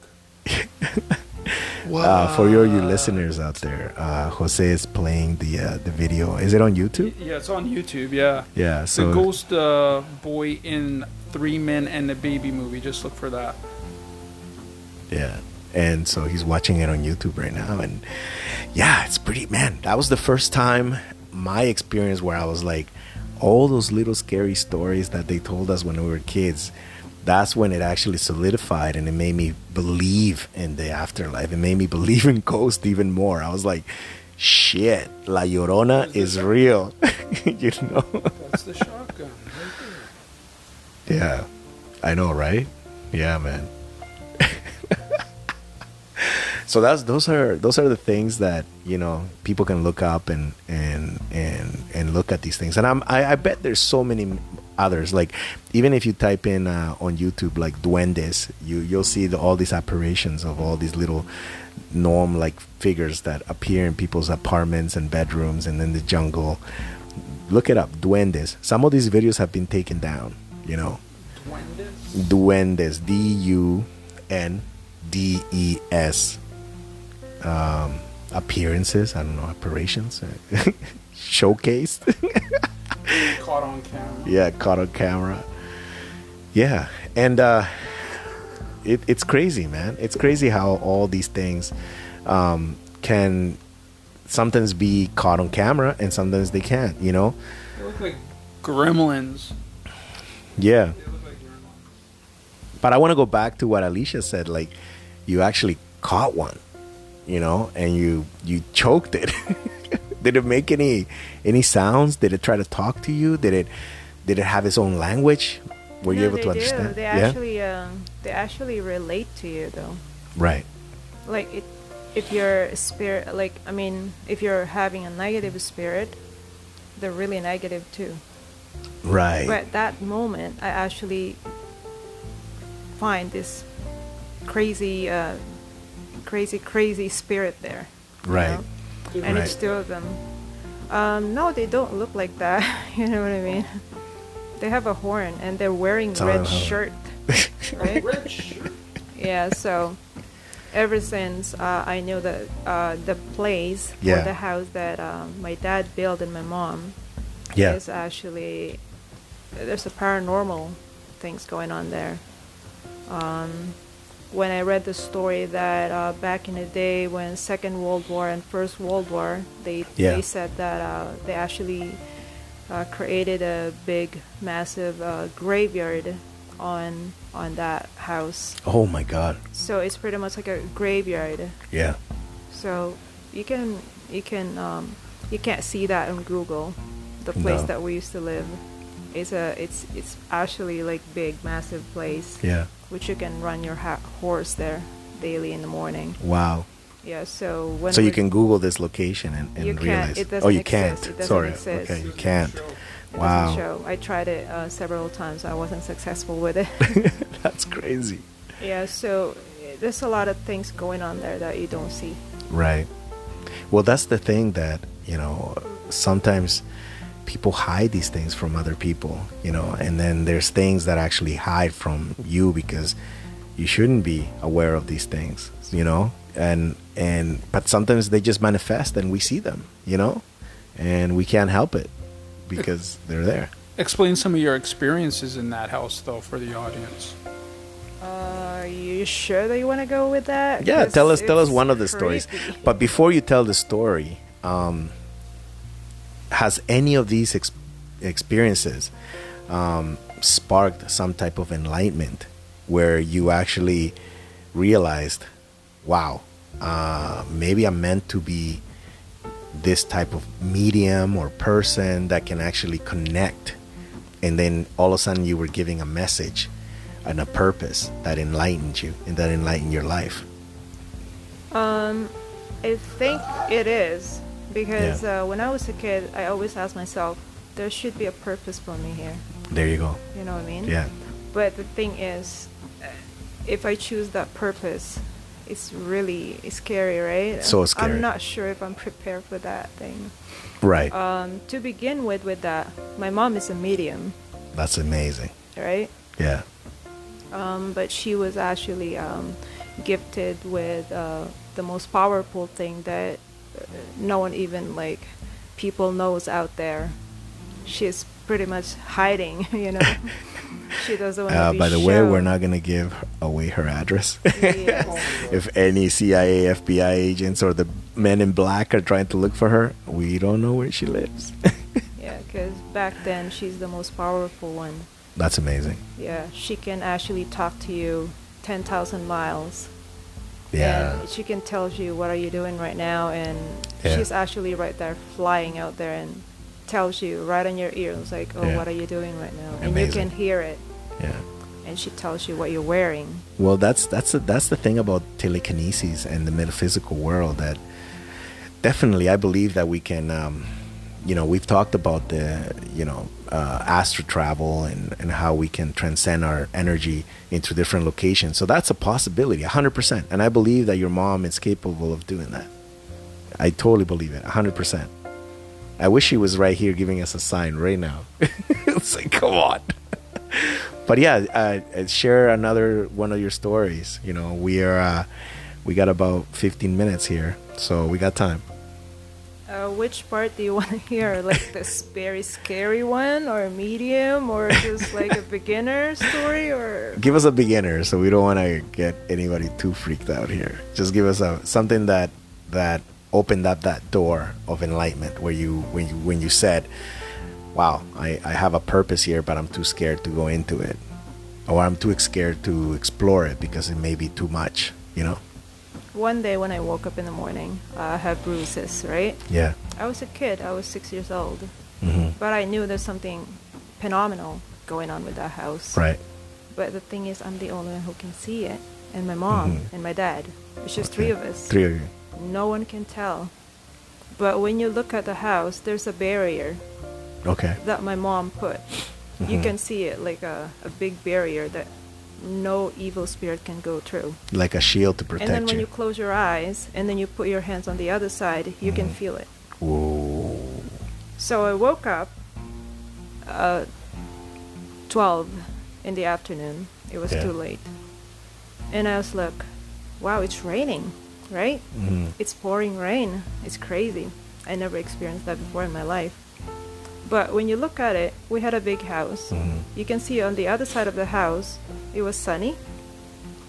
uh, for your you listeners out there uh, jose is playing the uh, the video is it on youtube
Yeah, it's on YouTube. Yeah.
yeah so
the ghost uh, boy in Three Men and a Baby movie. Just look for that.
Yeah. And so he's watching it on YouTube right now. And yeah, it's pretty, man. That was the first time my experience where I was like, all those little scary stories that they told us when we were kids, that's when it actually solidified and it made me believe in the afterlife. It made me believe in ghosts even more. I was like, shit, La Llorona is real. you know?
That's the shotgun. Right
Yeah. I know, right? Yeah, man. so that's those are those are the things that, you know, people can look up and and and and look at these things. And I'm I, I bet there's so many m- others. Like even if you type in uh, on YouTube like duendes, you you'll see the, all these apparitions of all these little norm like figures that appear in people's apartments and bedrooms and in the jungle. Look it up, duendes. Some of these videos have been taken down, you know
there. Duendes.
duendes d u n d e s um appearances i don't know operations showcased
Caught on camera.
yeah caught on camera yeah and uh it, it's crazy man it's crazy how all these things um can sometimes be caught on camera and sometimes they can't you know
They look like gremlins.
yeah
They look like gremlins.
But I want to go back to what Alicia said. Like, you actually caught one, you know, and you you choked it. did it make any any sounds? Did it try to talk to you? Did it did it have its own language? Were you
No,
able
they
to
do.
understand?
They actually, um, they actually relate to you though.
Right.
Like it, if your spirit, like I mean, if you're having a negative spirit, they're really negative too.
Right.
But that moment, I actually find this crazy, uh, crazy, crazy spirit there. you
Right.
know? And it's
Right.
two of them. Um, no, they don't look like that. you know what I mean? They have a horn and they're wearing
Tell them
red
how-
shirt, right?
Rich.
yeah. So ever since uh, I knew that uh, the place
Yeah.
or the house that um, my dad built and my mom
Yeah.
is actually there's a paranormal things going on there. Um, when I read the story that uh, back in the day when Second World War and First World War, they
Yeah.
they said that uh, they actually uh, created a big, massive uh, graveyard on on that house.
Oh my God.
So it's pretty much like a graveyard.
Yeah.
So you can you can um, you can't see that on Google. The place
No.
that we used to live, it's a it's it's actually like big, massive place.
Yeah.
Which you can run your ha- horse there daily in the morning.
Wow.
Yeah. So when
so you
we-
can Google this location and, and
You can't.
realize.
It
oh,
doesn't
you
exist.
can't.
It doesn't
Sorry.
exist.
Okay, you can't.
it doesn't
wow.
show. I tried it uh, several times. I wasn't successful with it.
That's crazy.
yeah. So eh, there's a lot of things going on there that you don't see.
Right. Well, that's the thing that, you know, sometimes people hide these things from other people, you know, and then there's things that actually hide from you because you shouldn't be aware of these things, you know? And and but sometimes they just manifest and we see them, you know? And we can't help it because they're there.
Explain some of your experiences in that house, though, for the audience.
Uh, Are you sure that you want to go with that?
Yeah,
'Cause
tell us tell us
it's
one of the stories.
creepy.
But before you tell the story, um, has any of these ex- experiences um, sparked some type of enlightenment where you actually realized, wow, uh, maybe I'm meant to be this type of medium or person that can actually connect, and then all of a sudden you were giving a message and a purpose that enlightened you and that enlightened your life.
I think it is because uh, when I was a kid, I always asked myself, there should be a purpose for me here.
There you go.
You know what I mean?
Yeah.
But the thing is, uh, if I choose that purpose, it's really it's scary, right?
So scary.
I'm not sure if I'm prepared for that thing.
Right.
Um, to begin with, with that, my mom is a medium,
That's amazing.
right?
Yeah.
um, but she was actually um, gifted with uh, the most powerful thing that uh, no one even like people knows out there. She's pretty much hiding, you know. she doesn't want to
Uh,
be
by the way, we're
shown.
not going to give away her address.
Yes.
if any CIA, FBI agents, or the men in black are trying to look for her, we don't know where she lives.
yeah, because back then she's the most powerful one.
That's amazing.
Yeah, she can actually talk to you ten thousand miles.
Yeah.
And she can tell you what are you doing right now, and
Yeah.
she's actually right there flying out there and tells you right in your ear. It's like, oh,
Yeah.
what are you doing right now? And you
Amazing.
can hear it,
Yeah.
and she tells you what you're wearing.
Well, that's that's the, that's the thing about telekinesis and the metaphysical world that definitely I believe that we can. Um, you know, we've talked about the you know uh, astro travel and and how we can transcend our energy into different locations. So that's a possibility, hundred percent. And I believe that your mom is capable of doing that. I totally believe it, hundred percent. I wish she was right here giving us a sign right now. it's like, come on. but yeah, uh, uh, share another one of your stories. You know, we are uh, we got about 15 minutes here, so we got time.
Uh, which part do you want to hear? Like this very scary one, or medium, or just like a beginner story, or
Give us a beginner, so we don't want to get anybody too freaked out here. Just give us a something that that opened up that door of enlightenment where you when you when you said, "Wow, I, I have a purpose here, but I'm too scared to go into it." Or I'm too scared to explore it because it may be too much, you know?
one day when I woke up in the morning, I had bruises, right?
Yeah.
I was a kid. I was six years old,
Mm-hmm.
but I knew there's something phenomenal going on with that house.
Right.
But the thing is, I'm the only one who can see it, and my mom and my dad. It's just three of us.
Mm-hmm. Three of you.
No one can tell. But when you look at the house, there's a barrier.
Okay.
that my mom put.
Mm-hmm.
You can see it like a, a big barrier that no evil spirit can go through.
Like a shield to
and then
protect
when
you.
you close your eyes and then you put your hands on the other side, you can
Mm-hmm.
feel it.
Whoa.
So I woke up uh, 12 in the afternoon. It was
Yeah.
too late. And I was like, wow, it's raining, right?
Mhm.
It's pouring rain. It's crazy. I never experienced that before in my life. But when you look at it, we had a big house.
Mhm.
You can see on the other side of the house, it was sunny.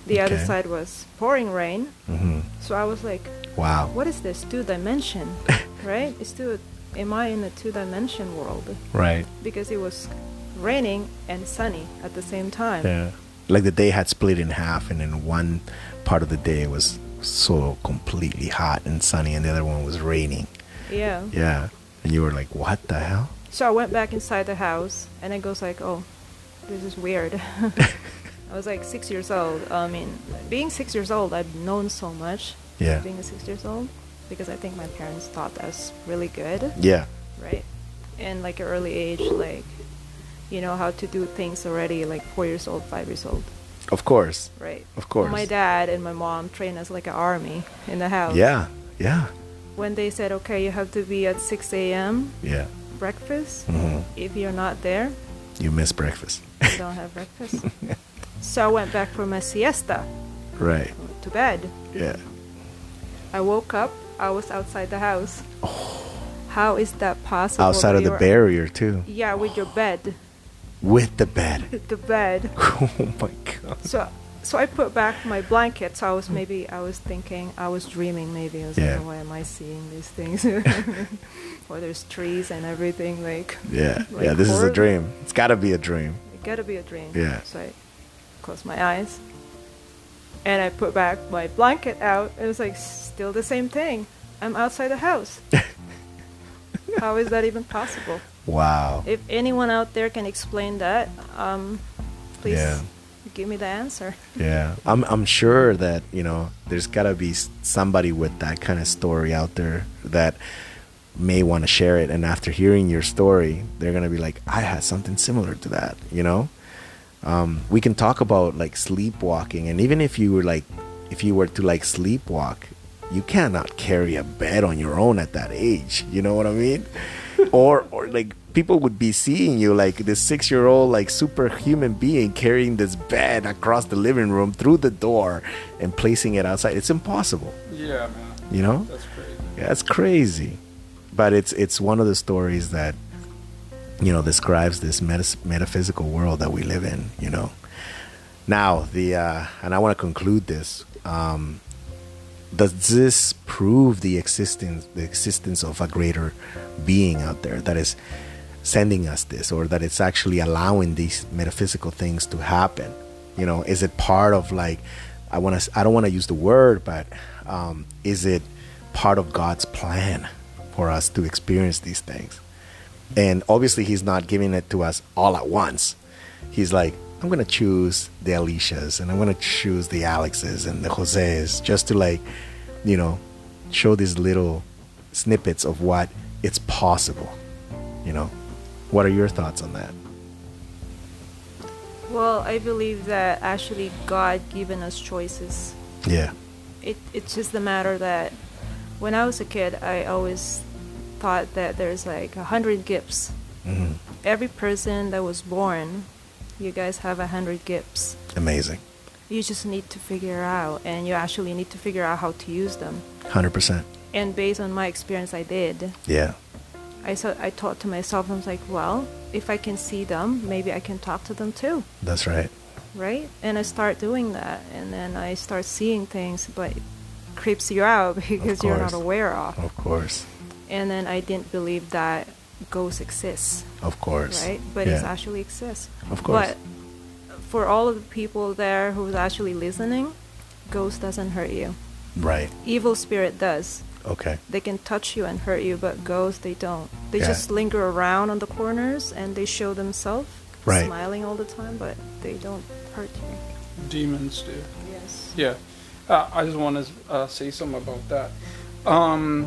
The other
Okay.
side was pouring rain.
Mhm.
So I was like,
Wow.
what is this two dimension right it's two am i in a two dimension world
Right.
because it was raining and sunny at the same time
Yeah. Like the day had split in half, and then one part of the day was so completely hot and sunny, and the other one was raining.
yeah
Yeah. And you were like, what the hell?
so i went back inside the house and i goes like oh this is weird i was like six years old i mean being six years old i've known so much
Yeah.
being a six years old because i think my parents thought that was really good
Yeah.
right? And like an early age, like you know how to do things already, like four years old, five years old,
Of course.
right?
Of course.
My dad and my mom trained us like an army in the house.
Yeah. Yeah.
When they said, okay, you have to be at 6 a.m.
Yeah.
breakfast.
Mhm.
If you're not there,
You missed breakfast.
you don't have breakfast. so I went back for my siesta
right.
to bed.
Yeah.
I woke up. I was outside the house. How is that possible?
Oh. Outside of
that
the
you're-
barrier, too.
Yeah, with your bed.
With the bed.
The bed.
oh my god.
So, so I put back my blanket. So I was maybe I was thinking I was dreaming. Maybe I was
Yeah.
like, why am I seeing these things? or there's trees and everything. Like
Yeah.
Like
yeah. This is a
horror.
dream. It's got to be a dream.
it gotta be a dream.
Yeah.
So I closed my eyes and I put back my blanket out. It was like still the same thing. I'm outside the house. How is that even possible?
Wow.
If anyone out there can explain that, um, please
Yeah.
give me the answer.
Yeah, I'm I'm sure that you know there's gotta be s- somebody with that kind of story out there that may want to share it. And after hearing your story, they're gonna be like, I had something similar to that. You know, um, we can talk about like sleepwalking, and even if you were like, if you were to like sleepwalk, you cannot carry a bed on your own at that age. You know what I mean? or or like people would be seeing you like this six year old like superhuman being carrying this bed across the living room through the door and placing it outside. It's impossible.
Yeah, man.
You know?
That's crazy.
Yeah, That's crazy. But it's it's one of the stories that you know describes this metas metaphysical world that we live in. You know. Now the uh, and I want to conclude this. Um, does this prove the existence the existence of a greater being out there that is sending us this, or that it's actually allowing these metaphysical things to happen? You know, is it part of like I want to I don't want to use the word, but um, is it part of God's plan for us to experience these things? And obviously, he's not giving it to us all at once. He's like, I'm going to choose the Alicias and I'm going to choose the Alexes and the Joses just to, like, you know, show these little snippets of what it's possible. You know, what are your thoughts on that?
Well, I believe that actually God given us choices.
Yeah.
It, it's just the matter that when I was a kid, I always thought that there's like a hundred gifts.
Mhm.
Every person that was born, you guys have a hundred gifts.
Amazing.
You just need to figure out, and you actually need to figure out how to use them.
100%.
And based on my experience, I did.
Yeah.
I saw, I thought to myself, I was like, well, if I can see them, maybe I can talk to them too.
That's right.
right? And I start doing that, and then I start seeing things, but it creeps you out because you're
course.
not aware of.
Of course.
And then I didn't believe that ghosts exist,
Of course.
right? But it's
Yeah.
actually exists.
Of course.
But for all of the people there who's actually listening, ghost doesn't hurt you.
Right.
Evil spirit does.
Okay.
They can touch you and hurt you, but ghosts they don't. They
Yeah.
just linger around on the corners and they show themselves
Right.
smiling all the time, but they don't hurt you.
Demons do.
Yes.
Yeah. Uh, I just want to uh, say something about that. Um,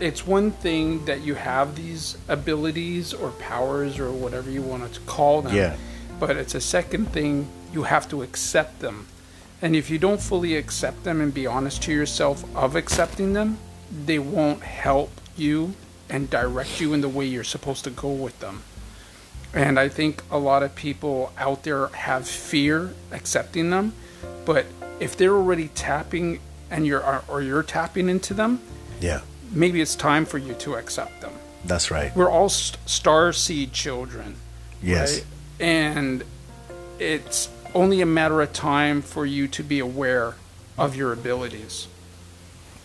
it's one thing that you have these abilities or powers or whatever you want to call them.
Yeah.
But it's a second thing you have to accept them. And if you don't fully accept them and be honest to yourself of accepting them, they won't help you and direct you in the way you're supposed to go with them. And I think a lot of people out there have fear accepting them, but if they're already tapping and you're or you're tapping into them,
Yeah,
maybe it's time for you to accept them.
that's right.
We're all st- star seed children,
Yes.
right? And it's only a matter of time for you to be aware of your abilities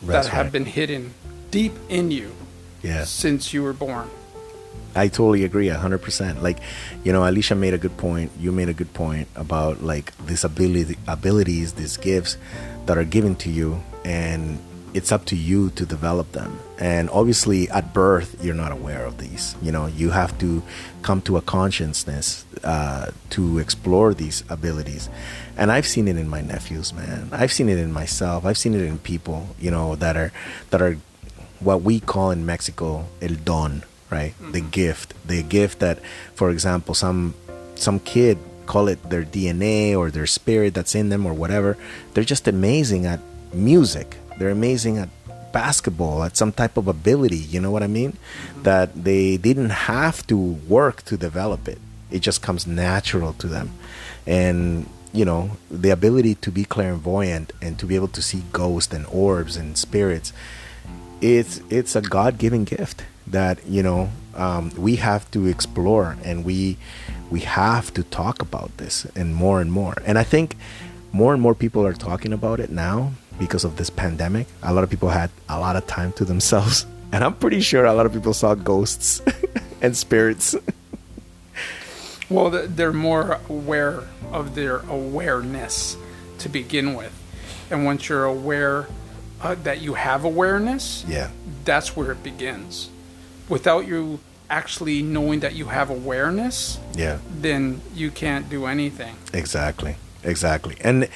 that's
that have
right.
been hidden deep in you
Yes.
since you were born.
I totally agree, hundred percent. Like, you know, Alicia made a good point. You made a good point about like these ability, abilities, these gifts that are given to you, and it's up to you to develop them. And obviously, at birth, you're not aware of these. You know, you have to come to a consciousness uh, to explore these abilities. And I've seen it in my nephews, man. I've seen it in myself. I've seen it in people, you know, that are that are what we call in Mexico el don, right? The gift, the gift that, for example, some some kid call it their DNA or their spirit that's in them or whatever. They're just amazing at music. They're amazing at basketball, at some type of ability. You know what I mean? That they didn't have to work to develop it. It just comes natural to them, and you know the ability to be clairvoyant and to be able to see ghosts and orbs and spirits it's it's a god-given gift that you know um, we have to explore and we we have to talk about this and more and more and i think more and more people are talking about it now because of this pandemic a lot of people had a lot of time to themselves and i'm pretty sure a lot of people saw ghosts and spirits
Well, th- they're more aware of their awareness to begin with. And once you're aware uh, that you have awareness,
yeah
that's where it begins. Without you actually knowing that you have awareness,
yeah
then you can't do anything.
Exactly. Exactly. And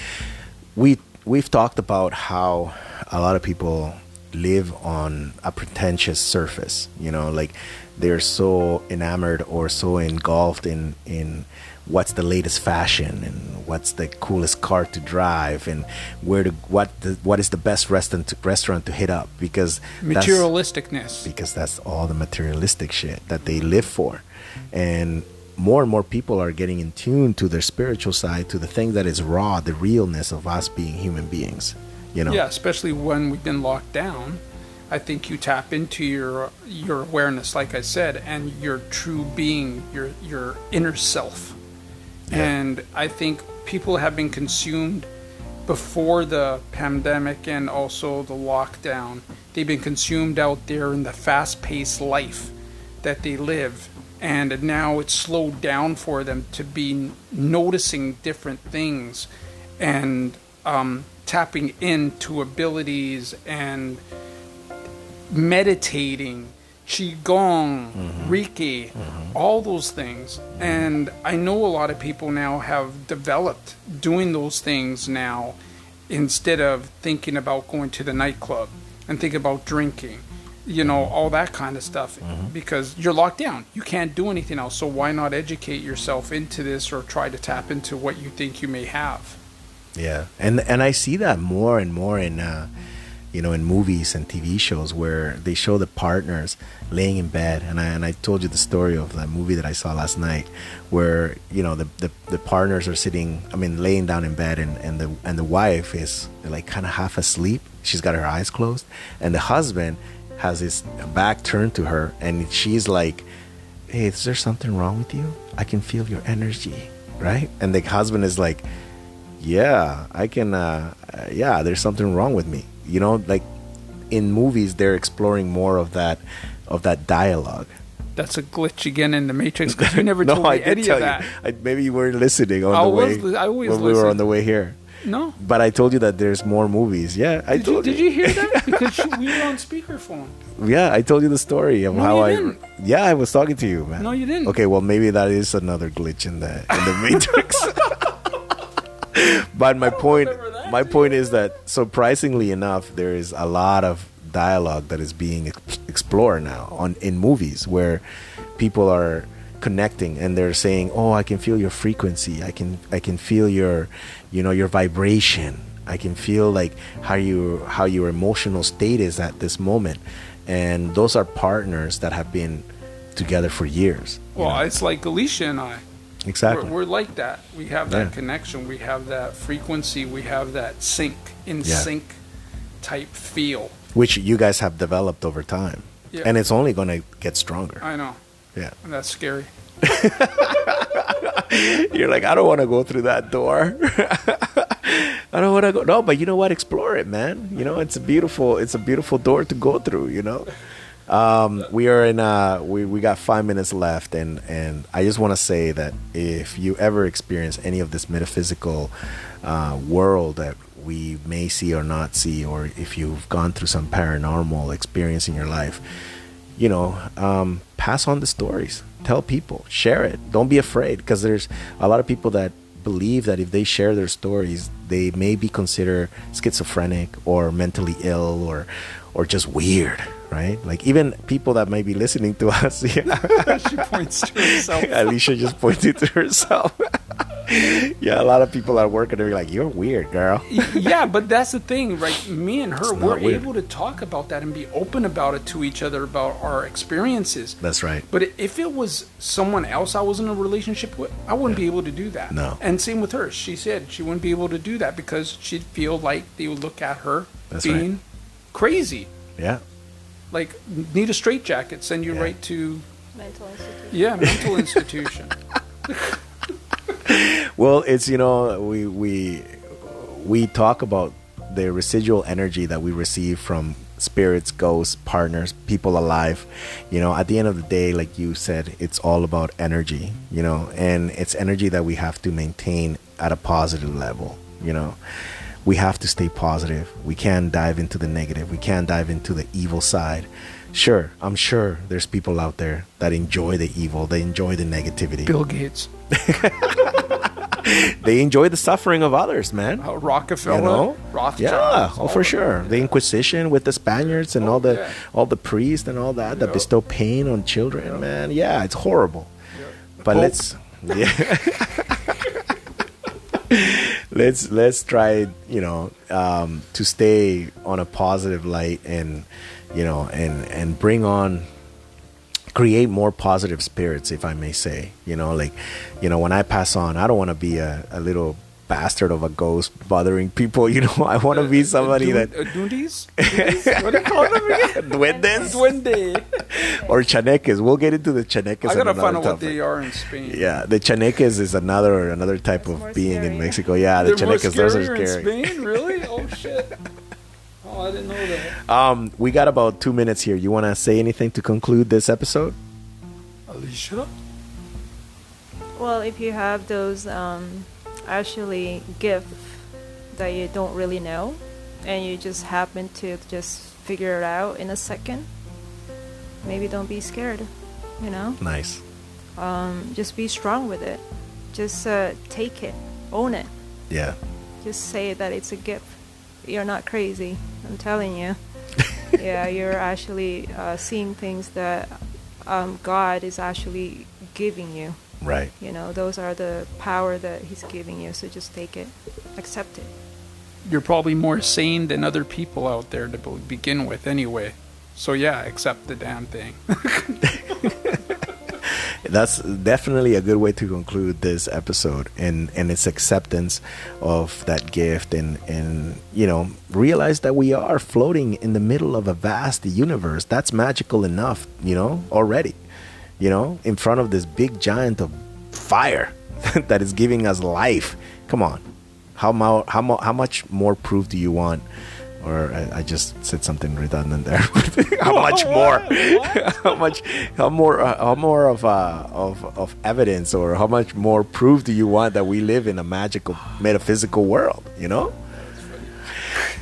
we we've talked about how a lot of people live on a pretentious surface, you know, like they're so enamored or so engulfed in in what's the latest fashion and what's the coolest car to drive and where to what the, what is the best restaurant to, restaurant to hit up because that's-
Materialisticness.
because that's all the materialistic shit that they live for. And more and more people are getting in tune to their spiritual side, to the thing that is raw, the realness of us being human beings. You know?
Yeah, especially when we've been locked down. I think you tap into your your awareness, like I said, and your true being, your your inner self. And I think people have been consumed before the pandemic and also the lockdown. They've been consumed out there in the fast paced life that they live. And now it's slowed down for them to be n- noticing different things and um, tapping into abilities and meditating, qigong,
Mm-hmm.
reiki, all those things. And I know a lot of people now have developed doing those things now instead of thinking about going to the nightclub and thinking about drinking, you know,
Mm-hmm.
all that kind of stuff because you're locked down. You can't do anything else. So why not educate yourself into this or try to tap into what you think you may have?
Yeah, and and I see that more and more in, uh, you know, in movies and TV shows where they show the partners laying in bed, and I and I told you the story of that movie that I saw last night, where you know the the, the partners are sitting, I mean, laying down in bed, and and the and the wife is like kind of half asleep, she's got her eyes closed, and the husband has his back turned to her, and she's like hey, is there something wrong with you? I can feel your energy, right? And the husband is like, yeah, I can, uh, uh, yeah, there's something wrong with me. You know, like in movies, they're exploring more of that, of that dialogue.
That's a glitch again in the Matrix because you never told me
I
any of that.
you. I, maybe you weren't listening on
I
the
was
way
li- I always
when we were
listen.
on the way here.
No.
But I told you that there's more movies. Yeah, I
Did you,
told
did you hear that? Because you- we were on speakerphone.
Yeah, I told you the story of
No,
how
you
I.
didn't.
Yeah, I was talking to you, man.
No, you didn't.
Okay, well, maybe that is another glitch in the in the matrix. but my point,
remember that,
my point is that surprisingly enough, there is a lot of dialogue that is being ex- explored now on in movies where people are connecting and they're saying, "Oh, I can feel your frequency. I can I can feel your, you know, your vibration. I can feel like how you how your emotional state is at this moment." And those are partners that have been together for years. you
Well,
know?
it's like Alicia and I.
exactly.
We're, we're like that. We have that
Yeah.
connection. We have that frequency. We have that sync, in
Yeah.
sync type feel.
Which you guys have developed over time.
Yeah.
And it's only going to get stronger.
I know.
yeah.
And that's scary.
You're like, I don't want to go through that door. I don't want to go. No, but you know what? Explore it, man. You know, it's a beautiful, it's a beautiful door to go through. You know, um, we are in. Uh, we we got five minutes left, and and I just want to say that if you ever experience any of this metaphysical uh, world that we may see or not see, or if you've gone through some paranormal experience in your life, you know, um, pass on the stories. Tell people, share it. Don't be afraid because there's a lot of people that believe that if they share their stories, they may be considered schizophrenic or mentally ill or or just weird, right? Like even people that may be listening to us. Yeah,
she points to herself.
Alicia just pointed to herself. yeah, a lot of people at work are like, "You're weird, girl."
yeah, but that's the thing, right? Me and her,
It's not
we're
weird.
able to talk about that and be open about it to each other about our experiences.
That's right.
But i- if it was someone else I was in a relationship with, I wouldn't be able to do that.
No.
And same with her. She said she wouldn't be able to do that because she'd feel like they would look at her
That's right.
being crazy.
Yeah,
Like, need a straitjacket, send you
Yeah.
right to,
Mental institute.
yeah, mental institution.
Well, it's you know we we we talk about the residual energy that we receive from spirits, ghosts, partners, people alive. You know, at the end of the day, like you said, it's all about energy. You know, and it's energy that we have to maintain at a positive level. You know, we have to stay positive. We can't dive into the negative. We can't dive into the evil side. Sure, I'm sure there's people out there that enjoy the evil. They enjoy the negativity
Bill Gates,
they enjoy the suffering of others, man.
uh,
You
Rockefeller,
know,
Rothschild.
yeah, oh for sure. The Inquisition with the Spaniards and all the
Oh, yeah.
all the priests and all that that
Yeah.
bestow pain on children, man. Yeah, it's horrible. But
Pope.
let's yeah. let's let's try you know um, to stay on a positive light and you know and and bring on create more positive spirits if i may say you know like you know when i pass on i don't want to be a, a little bastard of a ghost bothering people you know i want to be somebody
Dun-
that
uh, Dundies? Dundies? What do you call them again?
duendes
Duende.
or chaneques we'll get into the chaneques
I
on
gotta
another
find out what
topic.
they are in Spain.
yeah the chaneques is another another type of
more
being in
scary.
mexico yeah the
They're more
chaneques those are
scarier
scary
in Spain, really? Oh shit! Oh, I didn't know that.
Um, we got about two minutes here. You want to say anything to conclude this episode?
Alicia,
Well, if you have those um, actually gifts that you don't really know, and you just happen to just figure it out in a second, maybe don't be scared. You know,
Nice.
um, just be strong with it. Just uh, take it, own it.
Yeah.
Just say that it's a gift. You're not crazy. I'm telling you. yeah, you're actually uh, seeing things that um, God is actually giving you
Right.
you know those are the power that he's giving you so just take it accept it
you're probably more sane than other people out there to be- begin with, anyway. So yeah, accept the damn thing.
That's definitely a good way to conclude this episode and, and its acceptance of that gift and, and, you know, realize that we are floating in the middle of a vast universe. That's magical enough, you know, already, you know, in front of this big giant of fire that is giving us life. Come on. How, mo- how, mo- how much more proof do you want? Or I, I just said something redundant there. how much more? how much? How more? Uh, how more of uh, of of evidence, or how much more proof do you want that we live in a magical, metaphysical world? You know.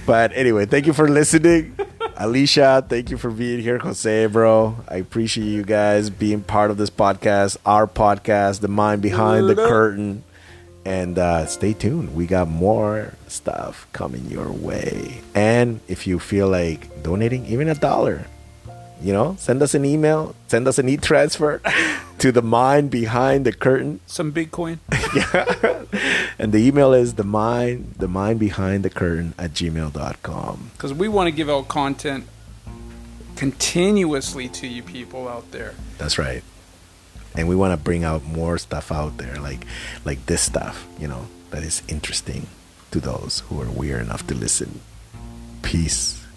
But anyway, thank you for listening. Alicia, thank you for being here. Jose, bro, I appreciate you guys being part of this podcast, our podcast, the mind behind the
Word up.
curtain. And uh, stay tuned. We got more stuff coming your way. And if you feel like donating even a dollar, you know, send us an email, send us an e transfer to the mind behind the curtain.
Some Bitcoin.
And the email is the mind, the mind behind the curtain at gmail.com.
because we want to give out content continuously to you people out there.
That's right. And we want to bring out more stuff out there, like like this stuff, you know, that is interesting to those who are weird enough to listen. Peace.